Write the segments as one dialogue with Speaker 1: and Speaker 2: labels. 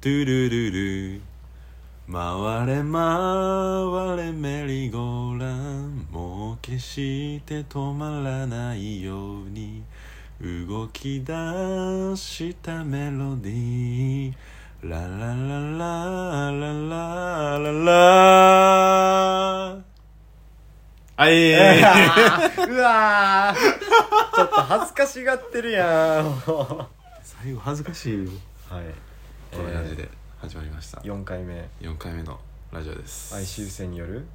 Speaker 1: ドゥルルル回れ回れメリーゴーランもう決して止まらないように動き出したメロディーララララララララはい、
Speaker 2: うわーちょっと恥ずかしがってるやんは
Speaker 1: 最後恥ずかしいよ
Speaker 2: い
Speaker 1: こんな感じで始まりました、
Speaker 2: えー4回目
Speaker 1: 4回目のラジオです
Speaker 2: 哀愁性による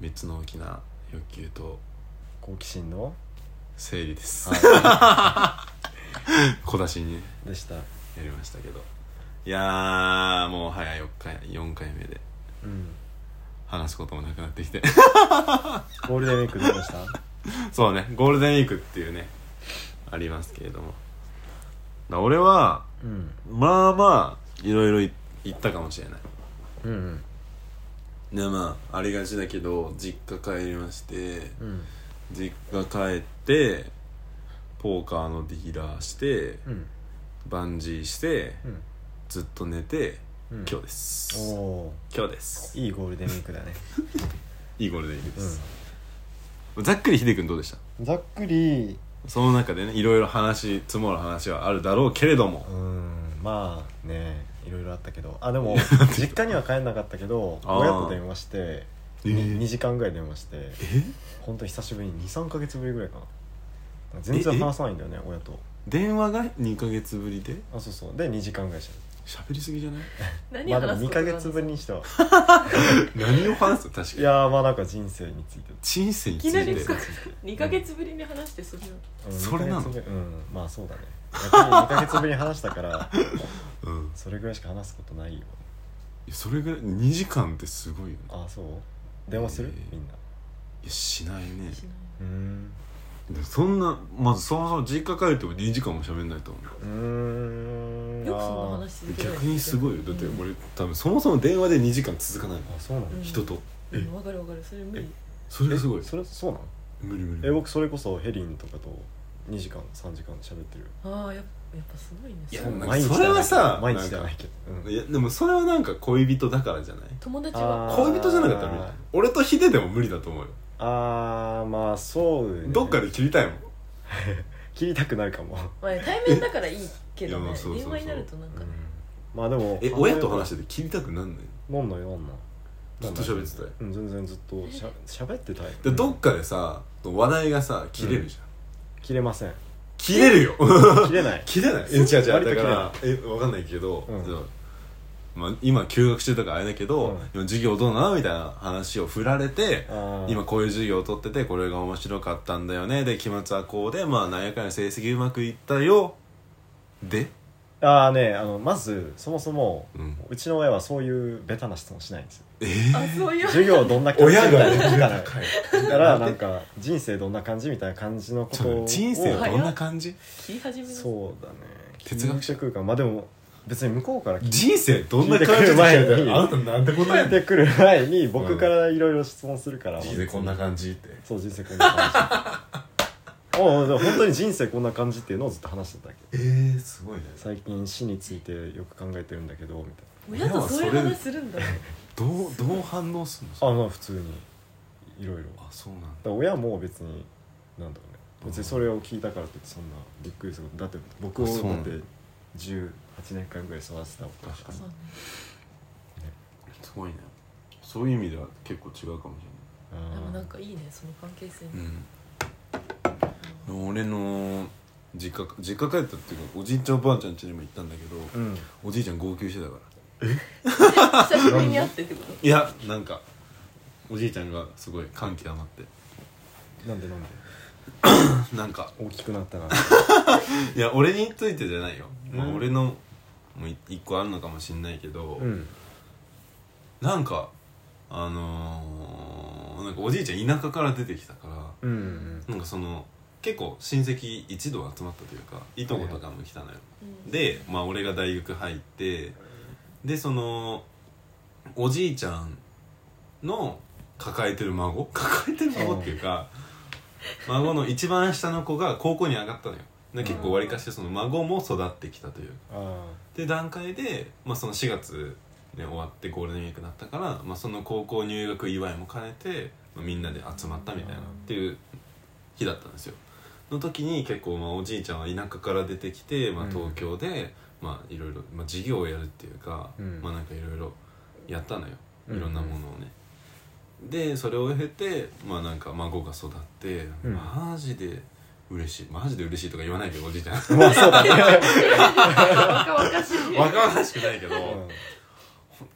Speaker 1: 3つの大きな欲求と
Speaker 2: 好奇心の、
Speaker 1: 整理です、
Speaker 2: は
Speaker 1: 小出しにね
Speaker 2: い、でした
Speaker 1: やりましたけどいやーもう早い4回 ,4 回目で
Speaker 2: うん
Speaker 1: 話すこともなくなってき て
Speaker 2: ゴールデンウィークどうでした
Speaker 1: そうねゴールデンウィークっていうねありますけれどもだ俺は
Speaker 2: うん
Speaker 1: まあまあいろいろ行ったかもしれない
Speaker 2: うん
Speaker 1: でまあありがちだけど実家帰りまして
Speaker 2: うん
Speaker 1: 実家帰ってポーカーのディーラーして
Speaker 2: うん
Speaker 1: バンジーして
Speaker 2: うん
Speaker 1: ずっと寝て
Speaker 2: うん
Speaker 1: 今日です、
Speaker 2: おお
Speaker 1: 今日です
Speaker 2: ーいいゴールデンウィークだね
Speaker 1: いいゴールデンウィークです、ざっくり秀君どうでした
Speaker 2: ざっくり
Speaker 1: その中でねいろいろ話積もる話はあるだろうけれども
Speaker 2: うんまあねいろいろあったけどあ でも実家には帰んなかったけど
Speaker 1: あー
Speaker 2: 親と電話して
Speaker 1: えー
Speaker 2: 2, 時間ぐらい電話して
Speaker 1: え
Speaker 2: 本当久しぶりに23か月ぶりぐらいかな全然話さないんだよね親と
Speaker 1: 電話が2ヶ月ぶりで
Speaker 2: あそうそうで2時間ぐらいし
Speaker 1: 喋りすぎじゃない
Speaker 2: た
Speaker 3: 何
Speaker 2: ま
Speaker 3: を
Speaker 2: あでも
Speaker 3: 話す
Speaker 2: 2か
Speaker 3: ことがある
Speaker 2: 月ぶりにしては
Speaker 1: 何を話す確か
Speaker 2: い
Speaker 1: に
Speaker 2: やーまあなんか人生につい て
Speaker 1: 人生に
Speaker 3: い
Speaker 1: つい
Speaker 3: きなり
Speaker 1: て
Speaker 3: 深く2ヶ月ぶりに話してそれを
Speaker 2: うん
Speaker 1: それなの
Speaker 2: 二ヶ月ぶりうんまあそうだね逆に2か月ぶりに話したから
Speaker 1: うんい
Speaker 2: それぐらいしか話すことないよ
Speaker 1: やそれぐらい2時間ってすごいよね
Speaker 2: あそう電話する
Speaker 1: えー
Speaker 2: みんない
Speaker 1: やしないね
Speaker 3: しないう
Speaker 2: ーん
Speaker 1: でもそんなまずそもそも実家帰っても2時間も喋んないと思う
Speaker 2: うーん
Speaker 3: よくそんな
Speaker 2: あー
Speaker 3: 話続けられ
Speaker 1: 逆
Speaker 3: て
Speaker 1: にすごいよだって
Speaker 3: うん
Speaker 1: 俺多分そもそも電話で2時間続かないも
Speaker 2: あそうなの
Speaker 3: うん
Speaker 1: ん人と
Speaker 3: う
Speaker 1: え
Speaker 3: んわかるわかるそれ無理
Speaker 1: それがすごい
Speaker 2: えそれそうなの
Speaker 1: 無理無理
Speaker 2: え僕それこそヘリンとかと2時間3時間喋ってる
Speaker 3: ああやっぱやっぱすごいね
Speaker 1: いや
Speaker 3: そう
Speaker 1: なんか
Speaker 2: 毎日
Speaker 1: それはさ
Speaker 2: 毎日じゃないけどうん
Speaker 1: いやでもそれはなんか恋人だからじゃない
Speaker 3: 友達は
Speaker 2: あー
Speaker 1: 恋人じゃなかったら無理俺とヒデでも無理だと思うよ
Speaker 2: あーまあそう、ね、
Speaker 1: どっかで切りたいもん
Speaker 2: 切りたくなるかも、
Speaker 3: まあ対面だからいいけど
Speaker 1: い
Speaker 3: ね
Speaker 1: やそうそうそう
Speaker 3: 電話になるとなんか
Speaker 2: まあでも
Speaker 1: え親と話
Speaker 2: し
Speaker 1: してて切りたくなんない
Speaker 2: なんないなんない
Speaker 1: ずっと喋ってたよ
Speaker 2: うん全然ずっとしゃ喋ってたい
Speaker 1: でどっかでさ話題がさ切れるじゃん、
Speaker 2: 切れま せん
Speaker 1: 切れるよ
Speaker 2: 切れない
Speaker 1: 切れないえ違う違うだからえわかんないけど、
Speaker 2: うん
Speaker 1: じゃあまあ、今休学中だからあれだけど、
Speaker 2: うん
Speaker 1: 今授業どうなのみたいな話を振られて
Speaker 2: あー
Speaker 1: 今こういう授業を取っててこれが面白かったんだよねで期末はこうでまあ何やかんや成績うまくいったよで
Speaker 2: ああねあのまずそもそも、
Speaker 1: う
Speaker 2: うんちの親はそういうベタな質問しないんですよ
Speaker 1: え
Speaker 3: あそういう
Speaker 2: 授業どんな感じみ
Speaker 1: 親が
Speaker 2: たい
Speaker 1: ね
Speaker 2: な聞かない
Speaker 1: 高い
Speaker 2: だからなんか人生どんな感じみたいな感じのこ
Speaker 1: ちょっ
Speaker 2: と
Speaker 1: と
Speaker 2: を
Speaker 1: ね人生はどんな感じ
Speaker 3: 聞き始めう
Speaker 2: そうだね
Speaker 1: 哲学者
Speaker 2: 者空間まあでも別に向こうから聞いて
Speaker 1: 人生どんな感じで前
Speaker 2: 聞いてくる前に
Speaker 1: あなたなんて答えんの
Speaker 2: てくる前に僕からいろいろ質問するから、
Speaker 1: 人生こんな感じって
Speaker 2: そう人生こんな感 じおうでも本当に人生こんな感じっていうのをずっと話してただけ
Speaker 1: えー、すごいね
Speaker 2: 最近死についてよく考えてるんだけどみたい
Speaker 3: 親とそういう話する んだ
Speaker 1: どうどう反応する
Speaker 2: な
Speaker 1: の
Speaker 2: あまあ普通にいろいろだか
Speaker 1: あそうなんだ
Speaker 2: ら親も別になんだろうね別にそれを聞いたからってそんなびっくりすることだって僕を
Speaker 1: あ
Speaker 2: だっ
Speaker 1: そう
Speaker 2: て
Speaker 1: なんだ
Speaker 2: 18年間ぐらい育てたわけだから
Speaker 3: そうね
Speaker 1: すごいねそういう意味では結構違うかもし
Speaker 3: でも
Speaker 2: あ
Speaker 3: なん
Speaker 2: ー
Speaker 3: かいいねその関係性
Speaker 1: れないうん俺の実家実家帰ったっていうかおじいちゃんおばあちゃん家にも行ったんだけど、
Speaker 2: うん
Speaker 1: おじいちゃん号泣してたから
Speaker 3: 久しぶりに会ってってこと
Speaker 1: いやなんかおじいちゃんがすごい感極まって
Speaker 2: なんでなんで
Speaker 1: なんか
Speaker 2: 大きくなったな
Speaker 1: いや俺についてじゃないよ、まあ
Speaker 2: うん
Speaker 1: 俺のもうい一個あるのかもしんないけど、
Speaker 2: うん
Speaker 1: なんかあのーなんかおじいちゃん田舎から出てきたから
Speaker 2: うんうん
Speaker 1: なんかその結構親戚一同集まったというかいとことかも来たのよ、
Speaker 3: うん
Speaker 1: で、まあ、俺が大学入ってでそのおじいちゃんの抱えてる 孫抱えてる孫っていうか孫の一番下の子が高校に上がったのよで結構わりかしその孫も育ってきたというか
Speaker 2: あ
Speaker 1: で段階で、まあ、その4月、ね、終わってゴールデンウィークになったから、まあ、その高校入学祝いも兼ねて、まあ、みんなで集まったみたいなっていう日だったんですよの時に結構まあおじいちゃんは田舎から出てきて、まあ、
Speaker 2: うん
Speaker 1: 東京でまあいろいろまあ事業をやるっていうか、
Speaker 2: うん
Speaker 1: まあなんかいろいろやったのよ
Speaker 2: うん
Speaker 1: いろんなものをね、でそれを経てまあなんか孫が育って、
Speaker 2: うん
Speaker 1: マジで嬉しいマジで嬉しいとか言わないけどおじいち ゃん
Speaker 2: あまあそうだね、
Speaker 3: 若々しい
Speaker 1: 若々しくないけど、
Speaker 2: うん、
Speaker 1: 本
Speaker 2: へ
Speaker 1: 当に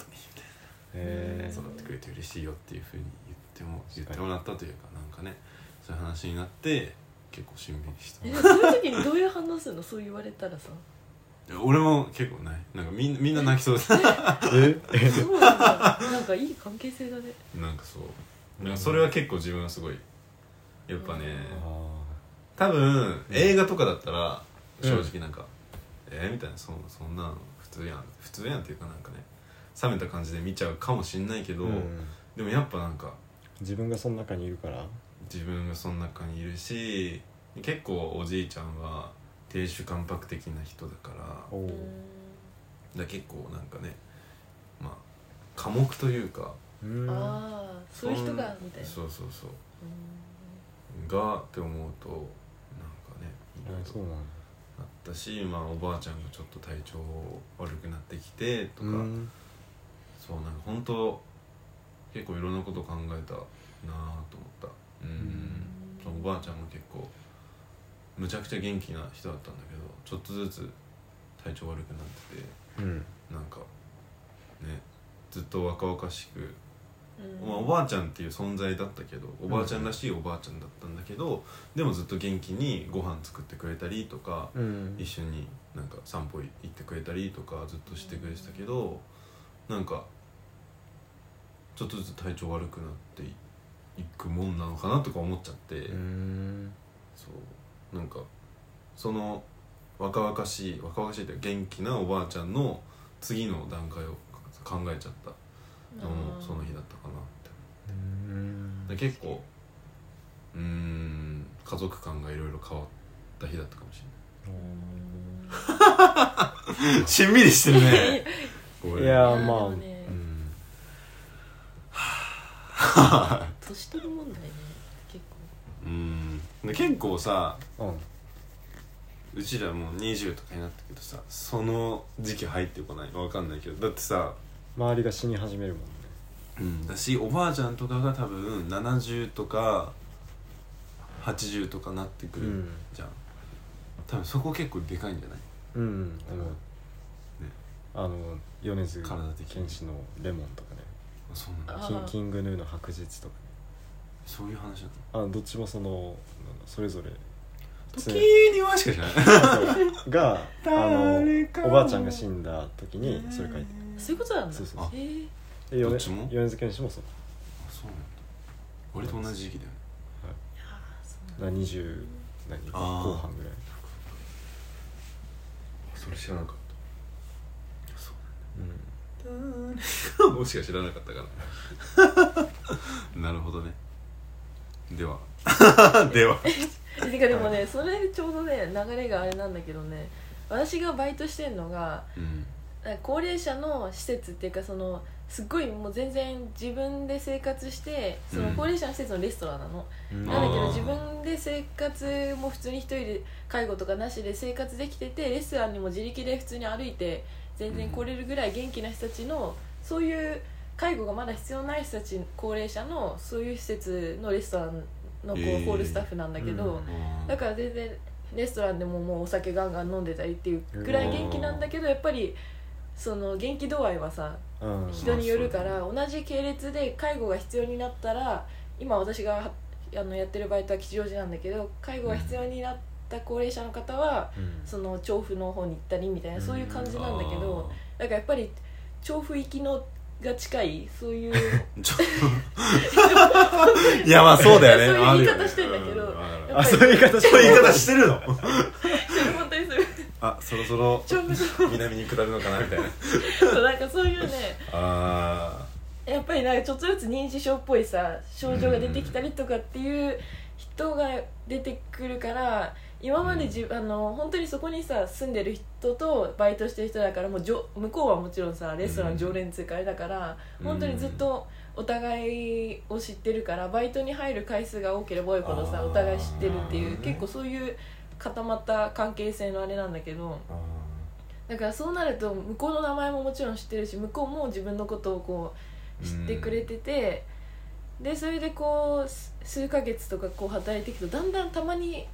Speaker 2: え
Speaker 1: 育ってくれて嬉しいよっていうふうに言っても言ってもらったというかなんかねそういう話になって結構しんびりした
Speaker 3: えそういう時にどういう反応するのそう言われたら さ
Speaker 1: 俺も結構ないなんかみんなみんな泣きそうです
Speaker 2: え
Speaker 3: そうなんだなんかいい関係性だね
Speaker 1: なんかそうなんかそれは結構自分はすごいやっぱね
Speaker 2: あ
Speaker 1: 多分映画とかだったら
Speaker 2: うん
Speaker 1: 正直なんか、えー、みたいなそそんなの普通やん普通やんっていうかなんかね冷めた感じで見ちゃうかもしんないけ
Speaker 2: ー
Speaker 1: ど、
Speaker 2: うん
Speaker 1: でもやっぱなんか
Speaker 2: 自分がその中にいるから
Speaker 1: 自分がその中にいるし結構おじいちゃんは亭主関白的な人だからだか
Speaker 2: おお
Speaker 3: う
Speaker 2: ー
Speaker 3: ん
Speaker 1: ら結構なんかねまあ寡黙というか
Speaker 2: うん
Speaker 3: ああそういう人がみたいな
Speaker 1: そうそうそう
Speaker 3: う
Speaker 1: がって思うとなんかねいろい
Speaker 2: あそう
Speaker 1: ろ
Speaker 2: なんだ
Speaker 1: あったし、まあ、おばあちゃんがちょっと体調悪くなってきてとか、
Speaker 2: うん
Speaker 1: そうなんか本当結構いろんなこと考えたなあと思ったうん、そうおばあちゃんも結構むちゃくちゃ元気な人だったんだけどちょっとずつ体調悪くなってて
Speaker 2: うん
Speaker 1: なんかねずっと若々しく、
Speaker 3: うん
Speaker 1: まあ、おばあちゃんっていう存在だったけどおばあちゃんらしいおばあちゃんだったんだけど、でもずっと元気にご飯作ってくれたりとか、
Speaker 2: うん
Speaker 1: 一緒になんか散歩行ってくれたりとかずっとしてくれてたけどなんかちょっとずつ体調悪くなっていいくもんなのかなとか思っちゃって、
Speaker 2: うん
Speaker 1: そうなんかその若々しい若々しいというか元気なおばあちゃんの次の段階を考えちゃったのもその日だったかなって
Speaker 2: うん
Speaker 1: で結構うーん家族感がいろいろ変わった日だったかもしれない。 しんみりしてるね
Speaker 2: いや
Speaker 3: いや
Speaker 2: ーまあ、
Speaker 3: でもね
Speaker 2: うん
Speaker 3: 年取る問題ね結構
Speaker 1: うんで結構さ
Speaker 2: うん
Speaker 1: うちらもう20とかになったけどさその時期入ってこないわかんないけどだってさ、
Speaker 2: 周りが死に始めるもんね
Speaker 1: うん、だしおばあちゃんとかが多分70とか80とかなってく
Speaker 2: う
Speaker 1: る
Speaker 2: ん
Speaker 1: じゃん、多分そこ結構でかいんじゃない
Speaker 2: うん思う
Speaker 1: ね
Speaker 2: あの米津
Speaker 1: 体的
Speaker 2: 玄
Speaker 1: に
Speaker 2: 師の「レモン」とかね
Speaker 1: そうなんだ
Speaker 3: あ
Speaker 2: キ
Speaker 3: ー
Speaker 2: ンキングヌーの「白日」とかね
Speaker 1: そういう話なの
Speaker 2: あのどっちもそのなんだそれぞれ
Speaker 1: 時にはしかしない
Speaker 2: があ
Speaker 1: 誰かを
Speaker 2: のおばあちゃんが死んだ時にそれ書いて
Speaker 3: そういうことなんだ
Speaker 2: そうそう
Speaker 1: そう
Speaker 3: へー
Speaker 2: るで
Speaker 1: どっ
Speaker 2: 米
Speaker 1: ちも
Speaker 2: 米津玄師もそう
Speaker 1: あそうなんだ俺と同じ時期だよね
Speaker 3: いやーそうなんだ
Speaker 2: な20何
Speaker 1: あー
Speaker 2: 後半ぐらい
Speaker 1: それ知らなかった
Speaker 2: うん
Speaker 1: もしか知らなかったから なるほどねでは では
Speaker 3: えてかでもねそれちょうどね流れがあれなんだけどね私がバイトしてんのが
Speaker 1: うん
Speaker 3: なんか高齢者の施設っていうかそのすっごいもう全然自分で生活してその
Speaker 1: うん
Speaker 3: 高齢者の施設のレストランなの、
Speaker 2: うん
Speaker 3: なんだけど
Speaker 1: あー
Speaker 3: 自分で生活も普通に一人で介護とかなしで生活できててレストランにも自力で普通に歩いて全然来れるぐらい元気な人たちのそういう介護がまだ必要ない人たち高齢者のそういう施設のレストランのこう
Speaker 1: えー
Speaker 3: ホールスタッフなんだけど、
Speaker 2: うん
Speaker 3: だから全然レストランでももうお酒ガンガン飲んでたりっていうぐらい元気なんだけどやっぱりその元気度合いはさ
Speaker 2: うん
Speaker 3: 人によるから同じ系列で介護が必要になったら今私がはあのやってるバイトは吉祥寺なんだけど介護が必要になった高齢者の方は
Speaker 2: うん
Speaker 3: その調布の方に行ったりみたいなそういう感じなんだけど
Speaker 1: あ
Speaker 3: だからやっぱり調布行きのが近いそういう
Speaker 1: ーちょっと いやまあそうだよね
Speaker 3: そういう言い
Speaker 1: あるよね
Speaker 3: 方してんだけど
Speaker 1: うんあるある
Speaker 3: やっ
Speaker 2: あ
Speaker 3: ぱり
Speaker 2: そういう言い 方
Speaker 1: そういう言い方
Speaker 2: し
Speaker 1: してるの
Speaker 3: 本当にそういう
Speaker 1: あそろそろ
Speaker 3: 調布
Speaker 1: 南に下るのかなみたいな
Speaker 3: のなんかそういうね
Speaker 1: あ
Speaker 3: やっぱりなんかちょっとずつ認知症っぽいさ症状が出てきたりとかっていう人が出てくるから今までじ、あの本当にそこにさ住んでる人とバイトしてる人だからもうじょ向こうはもちろんさレストラン常連通会だから、
Speaker 1: うん
Speaker 3: 本当にずっとお互いを知ってるからバイトに入る回数が多ければ多いほど
Speaker 1: あ
Speaker 3: さ
Speaker 1: ー
Speaker 3: お互い知ってるっていう、
Speaker 2: なるほどね
Speaker 3: 結構そういう固まった関係性のあれなんだけどだからそうなると向こうの名前ももちろん知ってるし向こうも自分のことをこう知ってくれてて、でそれでこうす数ヶ月とかこう働いていくとだんだんたまに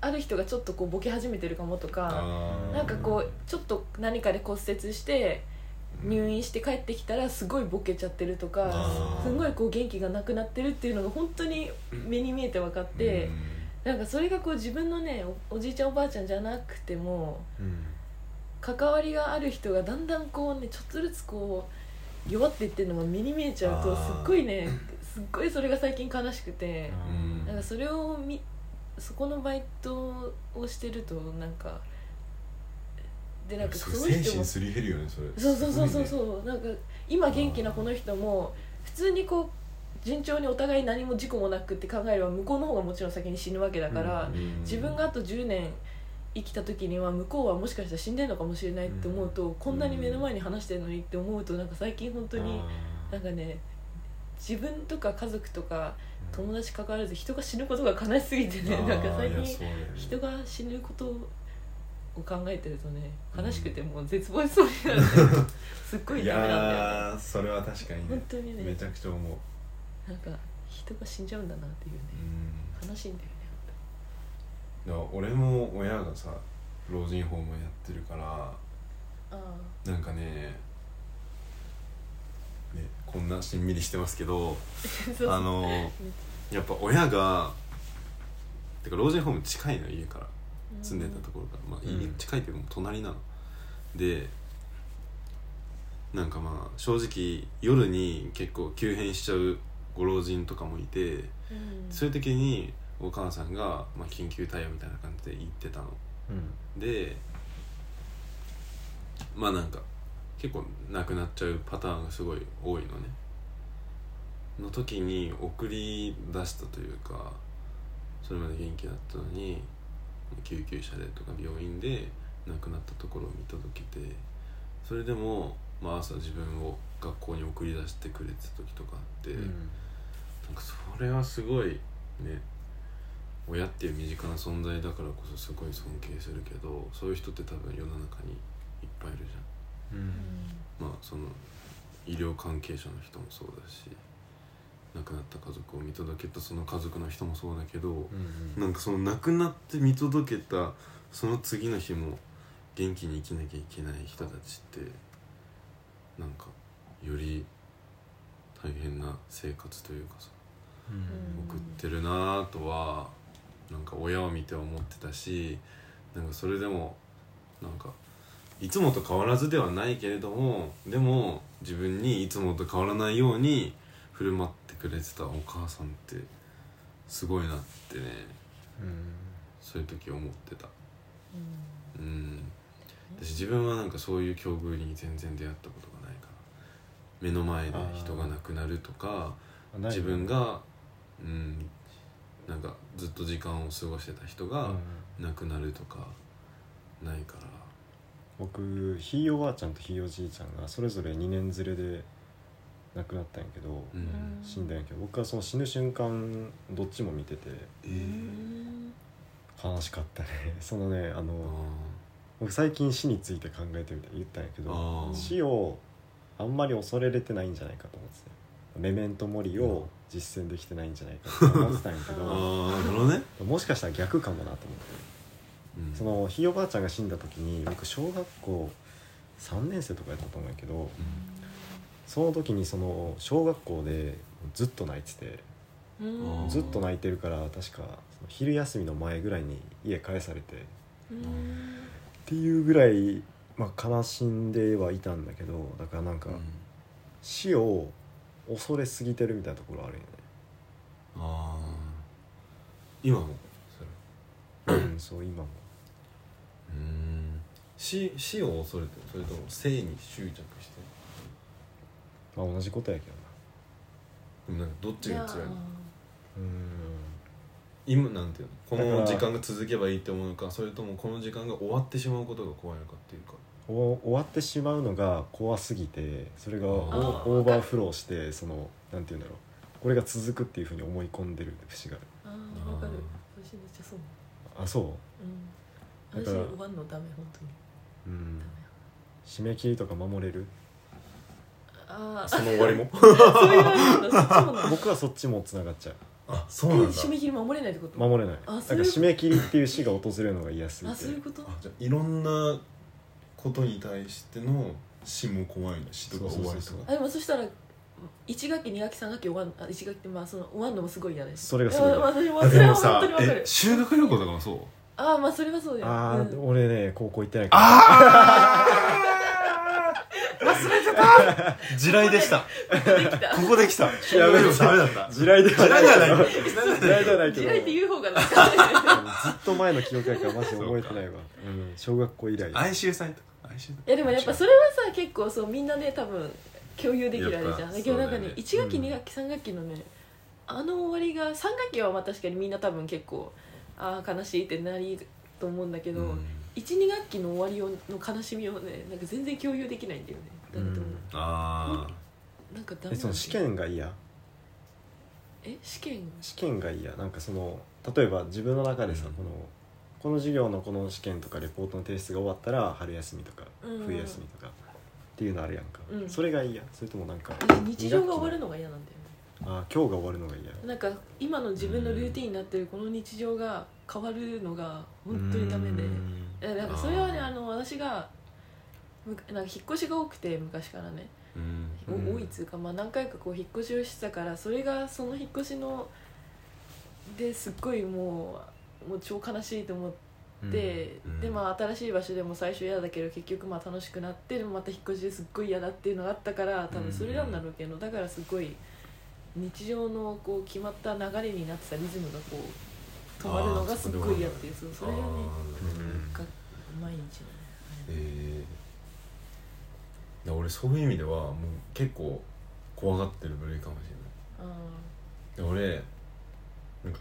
Speaker 3: ある人がちょっとこうボケ始めてるかもとか
Speaker 1: あー
Speaker 3: なんかこうちょっと何かで骨折して入院して帰ってきたらすごいボケちゃってるとか
Speaker 1: あー
Speaker 3: すごいこう元気がなくなってるっていうのが本当に目に見えて分かって、なんかそれがこう自分のねおおじいちゃんおばあちゃんじゃなくても。関わりがある人がだんだんこうねちょっとずつこう弱っていってるのが目に見えちゃうと
Speaker 1: あ
Speaker 3: すっ
Speaker 1: ー
Speaker 3: ごいねすっごいそれが最近悲しくて
Speaker 1: う
Speaker 3: なん
Speaker 1: ん
Speaker 3: かそれをみそこのバイトをしてるとなんかでなんか
Speaker 1: そ
Speaker 3: そ
Speaker 1: れ
Speaker 3: の
Speaker 1: 精
Speaker 3: 人も
Speaker 1: 神すり減るよねそれ
Speaker 3: そうそうそうそう
Speaker 1: すごいね
Speaker 3: そう、なんか今元気なこの人も普通にこう順調にお互い何も事故もなくって考えれば向こうの方がもちろん先に死ぬわけだから、
Speaker 2: う
Speaker 3: 自分があと10年生きた時には向こうはもしかしたら死んでるのかもしれないって思うと、こんなに目の前に話してるのにって思うとなんか最近本当になんかね自分とか家族とか友達関わらず人が死ぬことが悲しすぎてねなんか最近人
Speaker 1: が
Speaker 3: が死ぬことを考えてるとね悲しくてもう絶望しそうになる、ね、すっごい
Speaker 1: い
Speaker 3: ダメなんだよね
Speaker 1: やーそれは確かに
Speaker 3: 本
Speaker 1: ね
Speaker 3: 当に
Speaker 1: め
Speaker 3: ね
Speaker 1: ちゃくちゃ思う
Speaker 3: なんか人が死んじゃうんだなっていうね
Speaker 1: うん
Speaker 3: 悲しいんだよね
Speaker 1: だから俺も親がさ老人ホームやってるから
Speaker 3: あ
Speaker 1: なんかねねこんなしんみりしてますけど
Speaker 3: そう
Speaker 1: あのやっぱ親がてか老人ホーム近いの家から住んでたところから、まあ、
Speaker 2: うん
Speaker 1: 家近いけども隣なの、でなんかまあ正直夜に結構急変しちゃうご老人とかもいて
Speaker 3: うん
Speaker 1: そういう時にお母さんが、まあ、緊急対応みたいな感じで行ってたのでまあなんか結構なくなっちゃうパターンがすごい多いのねの時に送り出したというかそれまで元気だったのに救急車でとか病院で亡くなったところを見届けてそれでも、まあ、朝自分を学校に送り出してくれてた時とかあって、なんかそれはすごいね親っていう身近な存在だからこそすごい尊敬するけどそういう人って多分世の中にいっぱいいるじゃんまあその医療関係者の人もそうだし亡くなった家族を見届けたその家族の人もそうだけどなんかその亡くなって見届けたその次の日も元気に生きなきゃいけない人たちってなんかより大変な生活というかさ送ってるなぁとはなんか親を見て思ってたしなんかそれでもなんかいつもと変わらずではないけれどもでも自分にいつもと変わらないように振る舞ってくれてたお母さんってすごいなってねそういう時思ってた
Speaker 3: うん
Speaker 1: うん私自分はなんかそういう境遇に全然出会ったことがないから目の前で人が亡くなるとか自分がうんなんかずっと時間を過ごしてた人が亡くなるとかないから
Speaker 2: 僕ひいおばあちゃんとひいおじいちゃんがそれぞれ2年連れで亡くなったんやけど、
Speaker 1: うん、
Speaker 3: うん
Speaker 2: 死んだんやけど僕はその死ぬ瞬間どっちも見てて
Speaker 1: えー
Speaker 2: 悲しかったねそのねあ
Speaker 1: あ
Speaker 2: の僕最近死について考えてみたい言ったんやけ
Speaker 1: ー
Speaker 2: ど
Speaker 1: あー
Speaker 2: 死をあんまり恐れれてないんじゃないかと思っててメメントモリを実践できてないんじゃないかと思ってたんやけ
Speaker 1: あ
Speaker 2: ど
Speaker 1: ーなるほどね、
Speaker 2: もしかしたら逆かもなと思って
Speaker 1: うん、
Speaker 2: そのひいおばあちゃんが死んだ時に僕小学校3年生とかやったと思うんやけどその時にその小学校でずっと泣いてて
Speaker 1: うん
Speaker 2: ずっと泣いてるから確かその昼休みの前ぐらいに家返されてっていうぐらい、まあ、悲しんではいたんだけどだからなんか
Speaker 1: うん
Speaker 2: 死を恐れすぎてるみたいなところあるよね、
Speaker 1: あー今もそれ
Speaker 2: うん、そう今も
Speaker 1: うん死死を恐れてるそれとも生に執着してる
Speaker 2: まあ同じことやけどな
Speaker 1: でもなんかどっちが強いの
Speaker 2: うん
Speaker 1: 今なんていうのこ
Speaker 2: だか
Speaker 1: の
Speaker 2: ら
Speaker 1: 時間が続けばいいって思うのかそれともこの時間が終わってしまうことが怖いのかっていうか
Speaker 2: お終わってしまうのが怖すぎてそれがオ
Speaker 1: あ
Speaker 3: ー
Speaker 2: ーオーバーフローしてそのなんて言うんだろうこれが続くっていうふうに思い込んでる節がある
Speaker 3: ああわかる私めっちゃそう
Speaker 2: あそう
Speaker 3: うん
Speaker 2: だ
Speaker 3: 私
Speaker 2: から
Speaker 3: 終わんのダメ本当に
Speaker 2: うん
Speaker 3: ダメ
Speaker 2: 締め切りとか守れる
Speaker 3: あ
Speaker 1: その終わりも
Speaker 3: あそういうあれなんだそうなんだ
Speaker 2: 僕はそっちもつながっちゃう
Speaker 1: あそう
Speaker 3: え
Speaker 1: なんだ
Speaker 3: 締め切り守れないってこと
Speaker 2: 守れない
Speaker 3: あ
Speaker 2: なんか
Speaker 3: そういう
Speaker 2: 締め切りっていう死が訪れるのが嫌すぎ
Speaker 3: あそういう
Speaker 2: て
Speaker 3: こと
Speaker 1: あじゃあいろんなことに対しての死も怖いな死とか終わりと
Speaker 2: そうそう
Speaker 1: か
Speaker 3: あでもそしたら1学期2学期3学期終わんあ1学期ってまあその終わんのもすごい嫌です
Speaker 2: それがすごい
Speaker 3: や私も
Speaker 1: あ
Speaker 3: そ
Speaker 1: で
Speaker 3: れ
Speaker 1: も
Speaker 3: は本
Speaker 1: さ
Speaker 3: 当にわか
Speaker 1: え
Speaker 3: る
Speaker 1: 修学旅行とかもそう
Speaker 3: ああまあそれはそうだよ
Speaker 2: ああ
Speaker 3: うん
Speaker 2: 俺ね高校行ってないから
Speaker 1: ああ忘れてた地雷でした
Speaker 3: できた
Speaker 1: ここできた
Speaker 2: やべえ
Speaker 1: ダメだった
Speaker 2: 地雷で
Speaker 1: 地
Speaker 2: はない
Speaker 1: 雷ではない
Speaker 2: けど
Speaker 1: 地雷
Speaker 2: 地
Speaker 1: ではない
Speaker 2: 雷ではない
Speaker 3: 地
Speaker 2: けど
Speaker 3: 雷って
Speaker 2: ず
Speaker 3: 言う方がなんか
Speaker 2: っと前の記憶やからマジで覚えてないわ、うん、小学校以来
Speaker 1: 哀愁祭とか哀愁
Speaker 3: いやでもやっぱそれはさ結構そうみんなね多分共有できるあれじ
Speaker 1: や
Speaker 3: ゃ
Speaker 1: っ
Speaker 3: ん
Speaker 1: ぱ
Speaker 3: だけどなんか
Speaker 1: そうだ
Speaker 3: ね
Speaker 1: よね
Speaker 3: 1学期
Speaker 2: うん
Speaker 3: 2学期3学期のねあの終わりが3学期はまあ確かにみんな多分結構ああ悲しいってなりと思うんだけど、
Speaker 1: うん
Speaker 3: 12学期の終わりをの悲しみをねなんか全然共有できないんだよね誰とも、
Speaker 1: あ
Speaker 3: なんかダメなんだ
Speaker 2: え
Speaker 3: よ
Speaker 2: その試験が嫌
Speaker 3: え試験
Speaker 2: 試験が嫌なんかその例えば自分の中でさ、
Speaker 1: うん
Speaker 2: このこの授業のこの試験とかレポートの提出が終わったら春休みとか
Speaker 3: うん
Speaker 2: 冬休みとかっていうのあるやんか、
Speaker 3: うん
Speaker 2: それが嫌それともなんか
Speaker 3: 私日常が終わるのが嫌なんだよね
Speaker 2: あー今日が終わるのが嫌
Speaker 3: なんか今の自分のルーティンになってるこの日常が変わるのが本当にダメで
Speaker 2: うん
Speaker 3: えなんかそれはね
Speaker 1: あー
Speaker 3: あの私がむなんか引っ越しが多くて昔からね、
Speaker 1: ーうん
Speaker 3: お
Speaker 2: うん
Speaker 3: 多いっつうか、まあ、何回かこう引っ越しをしてたからそれがその引っ越しのですっごいもうもう超悲しいと思って、
Speaker 1: うんうん
Speaker 3: でまあ新しい場所でも最初嫌だけど結局まあ楽しくなってでもまた引っ越しですっごい嫌だっていうのがあったから多分それなんだろうけど、だからすごい日常のこう決まった流れになってたリズムがこう止まるのがすっごい嫌っていうそうそれがね
Speaker 2: うん
Speaker 3: が毎日のねあれ
Speaker 1: えー、だ俺そういう意味ではもう結構怖がってる部類かもし
Speaker 3: あ
Speaker 1: れないで俺なんか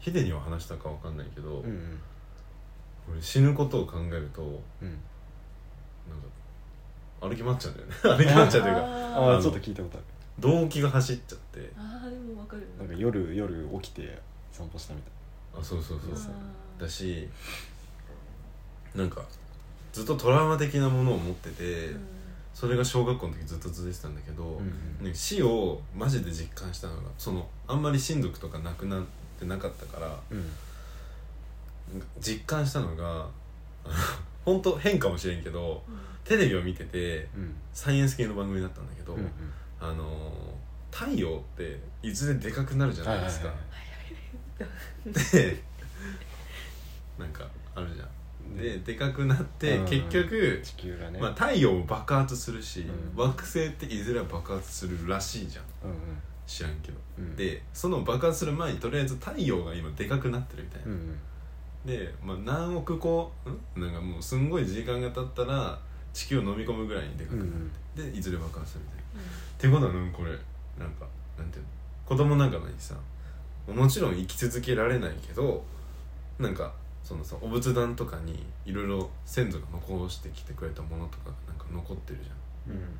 Speaker 1: ヒデには話したかわかんないけど、
Speaker 2: うん
Speaker 1: 俺死ぬことを考えると
Speaker 2: うん
Speaker 1: なんか歩き回っちゃう んだよね歩き回っちゃうというか
Speaker 2: あ
Speaker 3: あ
Speaker 2: ー
Speaker 1: あの
Speaker 2: ちょっと聞いたことあ
Speaker 1: 動機が走っちゃって
Speaker 3: あーでもわかる
Speaker 2: るなんか夜夜起きて散歩したみたい
Speaker 1: あそうそうそうそう
Speaker 3: あー
Speaker 1: だしなんかずっとトラウマ的なものを持ってて、
Speaker 3: うん
Speaker 1: それが小学校の時ずっと続いてたんだけど、
Speaker 2: うんうん
Speaker 1: ね死をマジで実感したのがそのあんまり親族とか亡くなってなかったから
Speaker 2: うん
Speaker 1: なんか実感したのがあの本当変かもしれんけどテレビを見てて
Speaker 2: うん
Speaker 1: サイエンス系の番組だったんだけ
Speaker 2: う
Speaker 1: ど、
Speaker 2: ん
Speaker 1: あのー太陽っていずれでかくなるじゃないですか。
Speaker 2: はいは
Speaker 1: でなんかあるじゃん。ででかくなって
Speaker 2: うん
Speaker 1: 結局、
Speaker 2: 地球がね、
Speaker 1: まあ、太陽も爆発するし、
Speaker 2: うん
Speaker 1: 惑星っていずれは爆発するらしいじゃん
Speaker 2: うん
Speaker 1: 知らんけど。
Speaker 2: うんうん
Speaker 1: でその爆発する前にとりあえず太陽が今でかくなってるみたいな、
Speaker 2: うんうん
Speaker 1: で、まあ、何億個んなんかもうすんごい時間が経ったら地球を飲み込むぐらいにでかくなって、でいずれ爆発するみたいなってことはなんかこれなんかなんていうの子供の中にさもちろん生き続けられないけどなんかそのさお仏壇とかにいろいろ先祖が残してきてくれたものとかがなんか残ってるじゃん
Speaker 2: うん
Speaker 1: なんか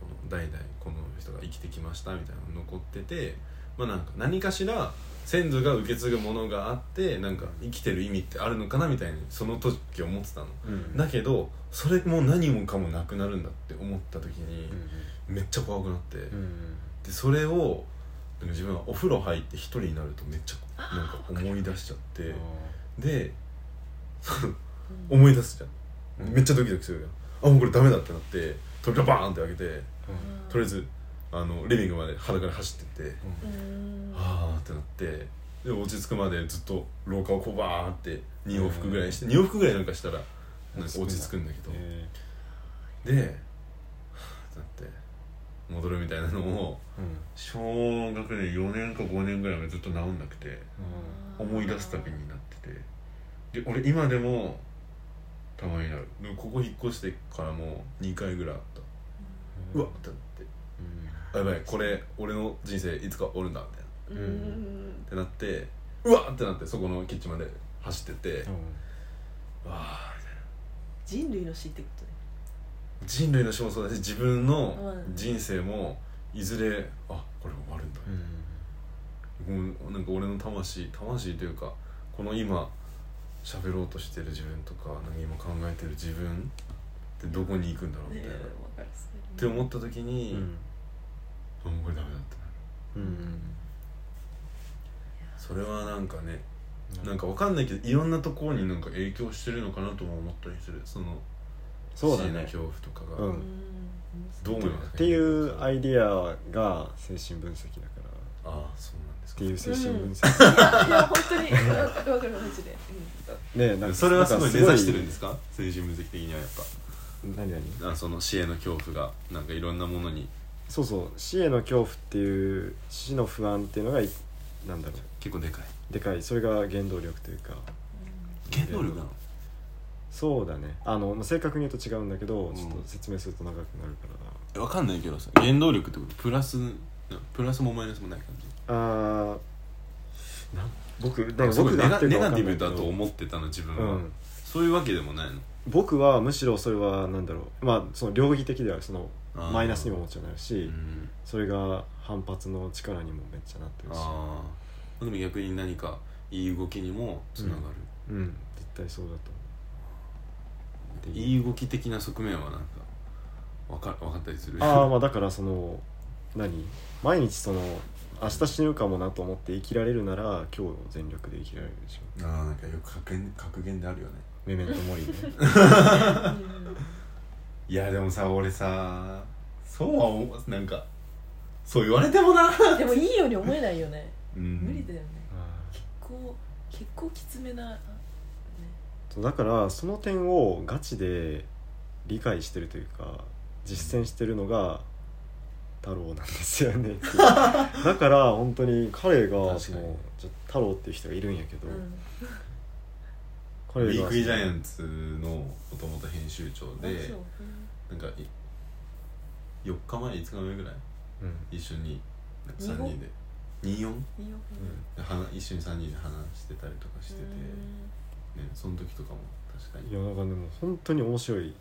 Speaker 1: この代々この人が生きてきましたみたいなの残ってて、まあ、なんか何かしら先祖が受け継ぐものがあってなんか生きてる意味ってあるのかなみたいにその時思ってたの
Speaker 2: うん
Speaker 1: だけどそれも何もかもなくなるんだって思った時に
Speaker 2: うん
Speaker 1: めっちゃ怖くなって
Speaker 2: うんうん
Speaker 1: でそれをなんか自分はお風呂入って一人になるとめっちゃ
Speaker 3: あー
Speaker 1: なんか思い出しちゃってで
Speaker 3: うん
Speaker 1: 思い出すじゃ
Speaker 2: うん
Speaker 1: んめっちゃドキドキするやんあもうこれダメだってなって扉バーンって開けて
Speaker 3: うん
Speaker 1: とりあえずあのリビングまで裸で走ってって
Speaker 3: うん
Speaker 1: あーってなってで落ち着くまでずっと廊下をこうバーンって2往復ぐらいして2往復ぐらいなんかしたらなんか落ち着くんだけど
Speaker 2: え
Speaker 1: ではあってなって戻るみたいなのを
Speaker 2: ーうん
Speaker 1: 小学年4年か5年ぐらいまでずっと治んなくて思い出すたびになっててで俺今でもたまになるでもここ引っ越してからも2回ぐらいあったうわっってなって
Speaker 2: うん
Speaker 1: あやばいこれ俺の人生いつか終わるんだみたいな
Speaker 3: うん
Speaker 2: うん
Speaker 1: ってなってうわっってなってそこのキッチンまで走ってって、わあ
Speaker 3: 人類の死ってことね
Speaker 1: 人類の死もそうだし自分の
Speaker 3: うん
Speaker 1: 人生もいずれあこれ終わるんだ、もうなんか俺の魂魂というかこの今喋ろうとしてる自分とかなんか今考えてる自分ってどこに行くんだろうみ
Speaker 3: ね
Speaker 1: たいな、っ
Speaker 3: わかる
Speaker 1: て思った時
Speaker 2: う
Speaker 1: に、
Speaker 2: ん
Speaker 1: あもうこれダメだってなる
Speaker 2: うん
Speaker 1: それはなんかねなんかわかんないけどいろんなところになんか影響してるのかなとも思ったりするその
Speaker 2: そうだ
Speaker 1: 死への
Speaker 2: ね
Speaker 1: 恐怖とかが、
Speaker 2: うん
Speaker 1: どう思いますか
Speaker 2: っていうアイディアが精神分析だからっ
Speaker 1: ああそうなんですか
Speaker 2: ていう精神分析、
Speaker 3: いや本当にわかるわかるマジで、
Speaker 2: ねなんか
Speaker 1: それはすごい根ざしてるんですすか精神分析的にはやっ
Speaker 2: 何々
Speaker 1: ぱあその死への恐怖がなんかいろんなものに
Speaker 2: そうそう死への恐怖っていう死の不安っていうのがいなんだろう
Speaker 1: 結構でかい
Speaker 2: でかいそれが原動力というか
Speaker 1: 原動力なの
Speaker 2: そうだねあのまあ正確に言うと違うんだけど、
Speaker 1: うん
Speaker 2: ちょっと説明すると長くなるから
Speaker 1: えわかんないけどさ原動力ってことプラスなプラスもマイナスもない感じ
Speaker 2: あーな僕だ
Speaker 1: すごいネ
Speaker 2: 合
Speaker 1: ガ
Speaker 2: ってる
Speaker 1: ネ
Speaker 2: かわ
Speaker 1: ガ
Speaker 2: か
Speaker 1: ティ
Speaker 2: んない
Speaker 1: ブ
Speaker 2: けど
Speaker 1: だと思ってたの自分
Speaker 2: う
Speaker 1: は、
Speaker 2: ん、
Speaker 1: そういうわけでもないの
Speaker 2: 僕はむしろそれはなんだろうまあその両義的であるその
Speaker 1: あー
Speaker 2: マイナスにももちろんなる
Speaker 1: う
Speaker 2: し、
Speaker 1: ん
Speaker 2: それが反発の力にもめっちゃなってるし、
Speaker 1: ああでも逆に何かいい動きにもつながる、
Speaker 2: うん、絶対そうだと思う
Speaker 1: いい動き的な側面はなんかわかわかったりする
Speaker 2: ああまあだからその何毎日その明日死ぬかもなと思って生きられるなら今日全力で生きられるでしょ
Speaker 1: あーなんかよく格言格言であるよね
Speaker 2: メメントモ リーね
Speaker 1: いやでもさ俺さそうは思うなんかそう言われてもな、
Speaker 3: でもいいように思えないよね
Speaker 1: うん
Speaker 3: 無理だよね
Speaker 2: あー
Speaker 3: 結構結構きつめな、ね、
Speaker 2: そうだからその点をガチで理解してるというか実践してるのが太郎なんですよねだから本当に彼
Speaker 1: 確か
Speaker 2: が
Speaker 1: に
Speaker 2: そのちょ太郎っていう人がいるんやけど、
Speaker 3: うん
Speaker 2: 彼が
Speaker 1: ウィークリージャイア
Speaker 2: ン
Speaker 1: ンツのもともと編集長
Speaker 3: あ
Speaker 1: で
Speaker 3: そう
Speaker 1: なんかい4日前5日目ぐらい一緒になんか3人で24
Speaker 3: うんいいよ
Speaker 1: で話一緒に3人で話してたりとかしてて、
Speaker 3: うん
Speaker 1: ね、その時とかも確か
Speaker 2: い
Speaker 1: に
Speaker 2: やなんかでも本当に面白い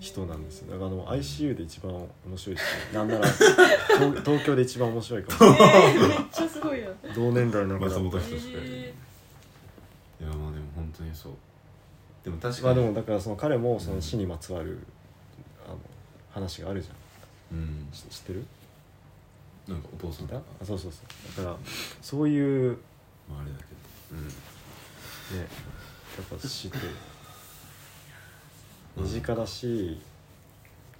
Speaker 2: 人なんですよだからあの ICU で一番面白いしなんなら東東京で一番面白いかもしれ
Speaker 3: えーめっちゃすごいよ
Speaker 2: ない同年代なのか
Speaker 1: 松
Speaker 2: な
Speaker 1: 本
Speaker 3: え
Speaker 1: 人志がいる
Speaker 3: ー
Speaker 1: いやまあでも本当にそうでも確
Speaker 2: ま
Speaker 1: か
Speaker 2: あ
Speaker 1: に
Speaker 2: でもだからその彼もその死にまつわるあの話があるじゃん
Speaker 1: うん
Speaker 2: し知ってる
Speaker 1: なんかお父さんと
Speaker 2: だ
Speaker 1: か
Speaker 2: あそうそうそうだからそういうね
Speaker 1: まああれだけどうん
Speaker 2: やっぱ死って身近だし遠い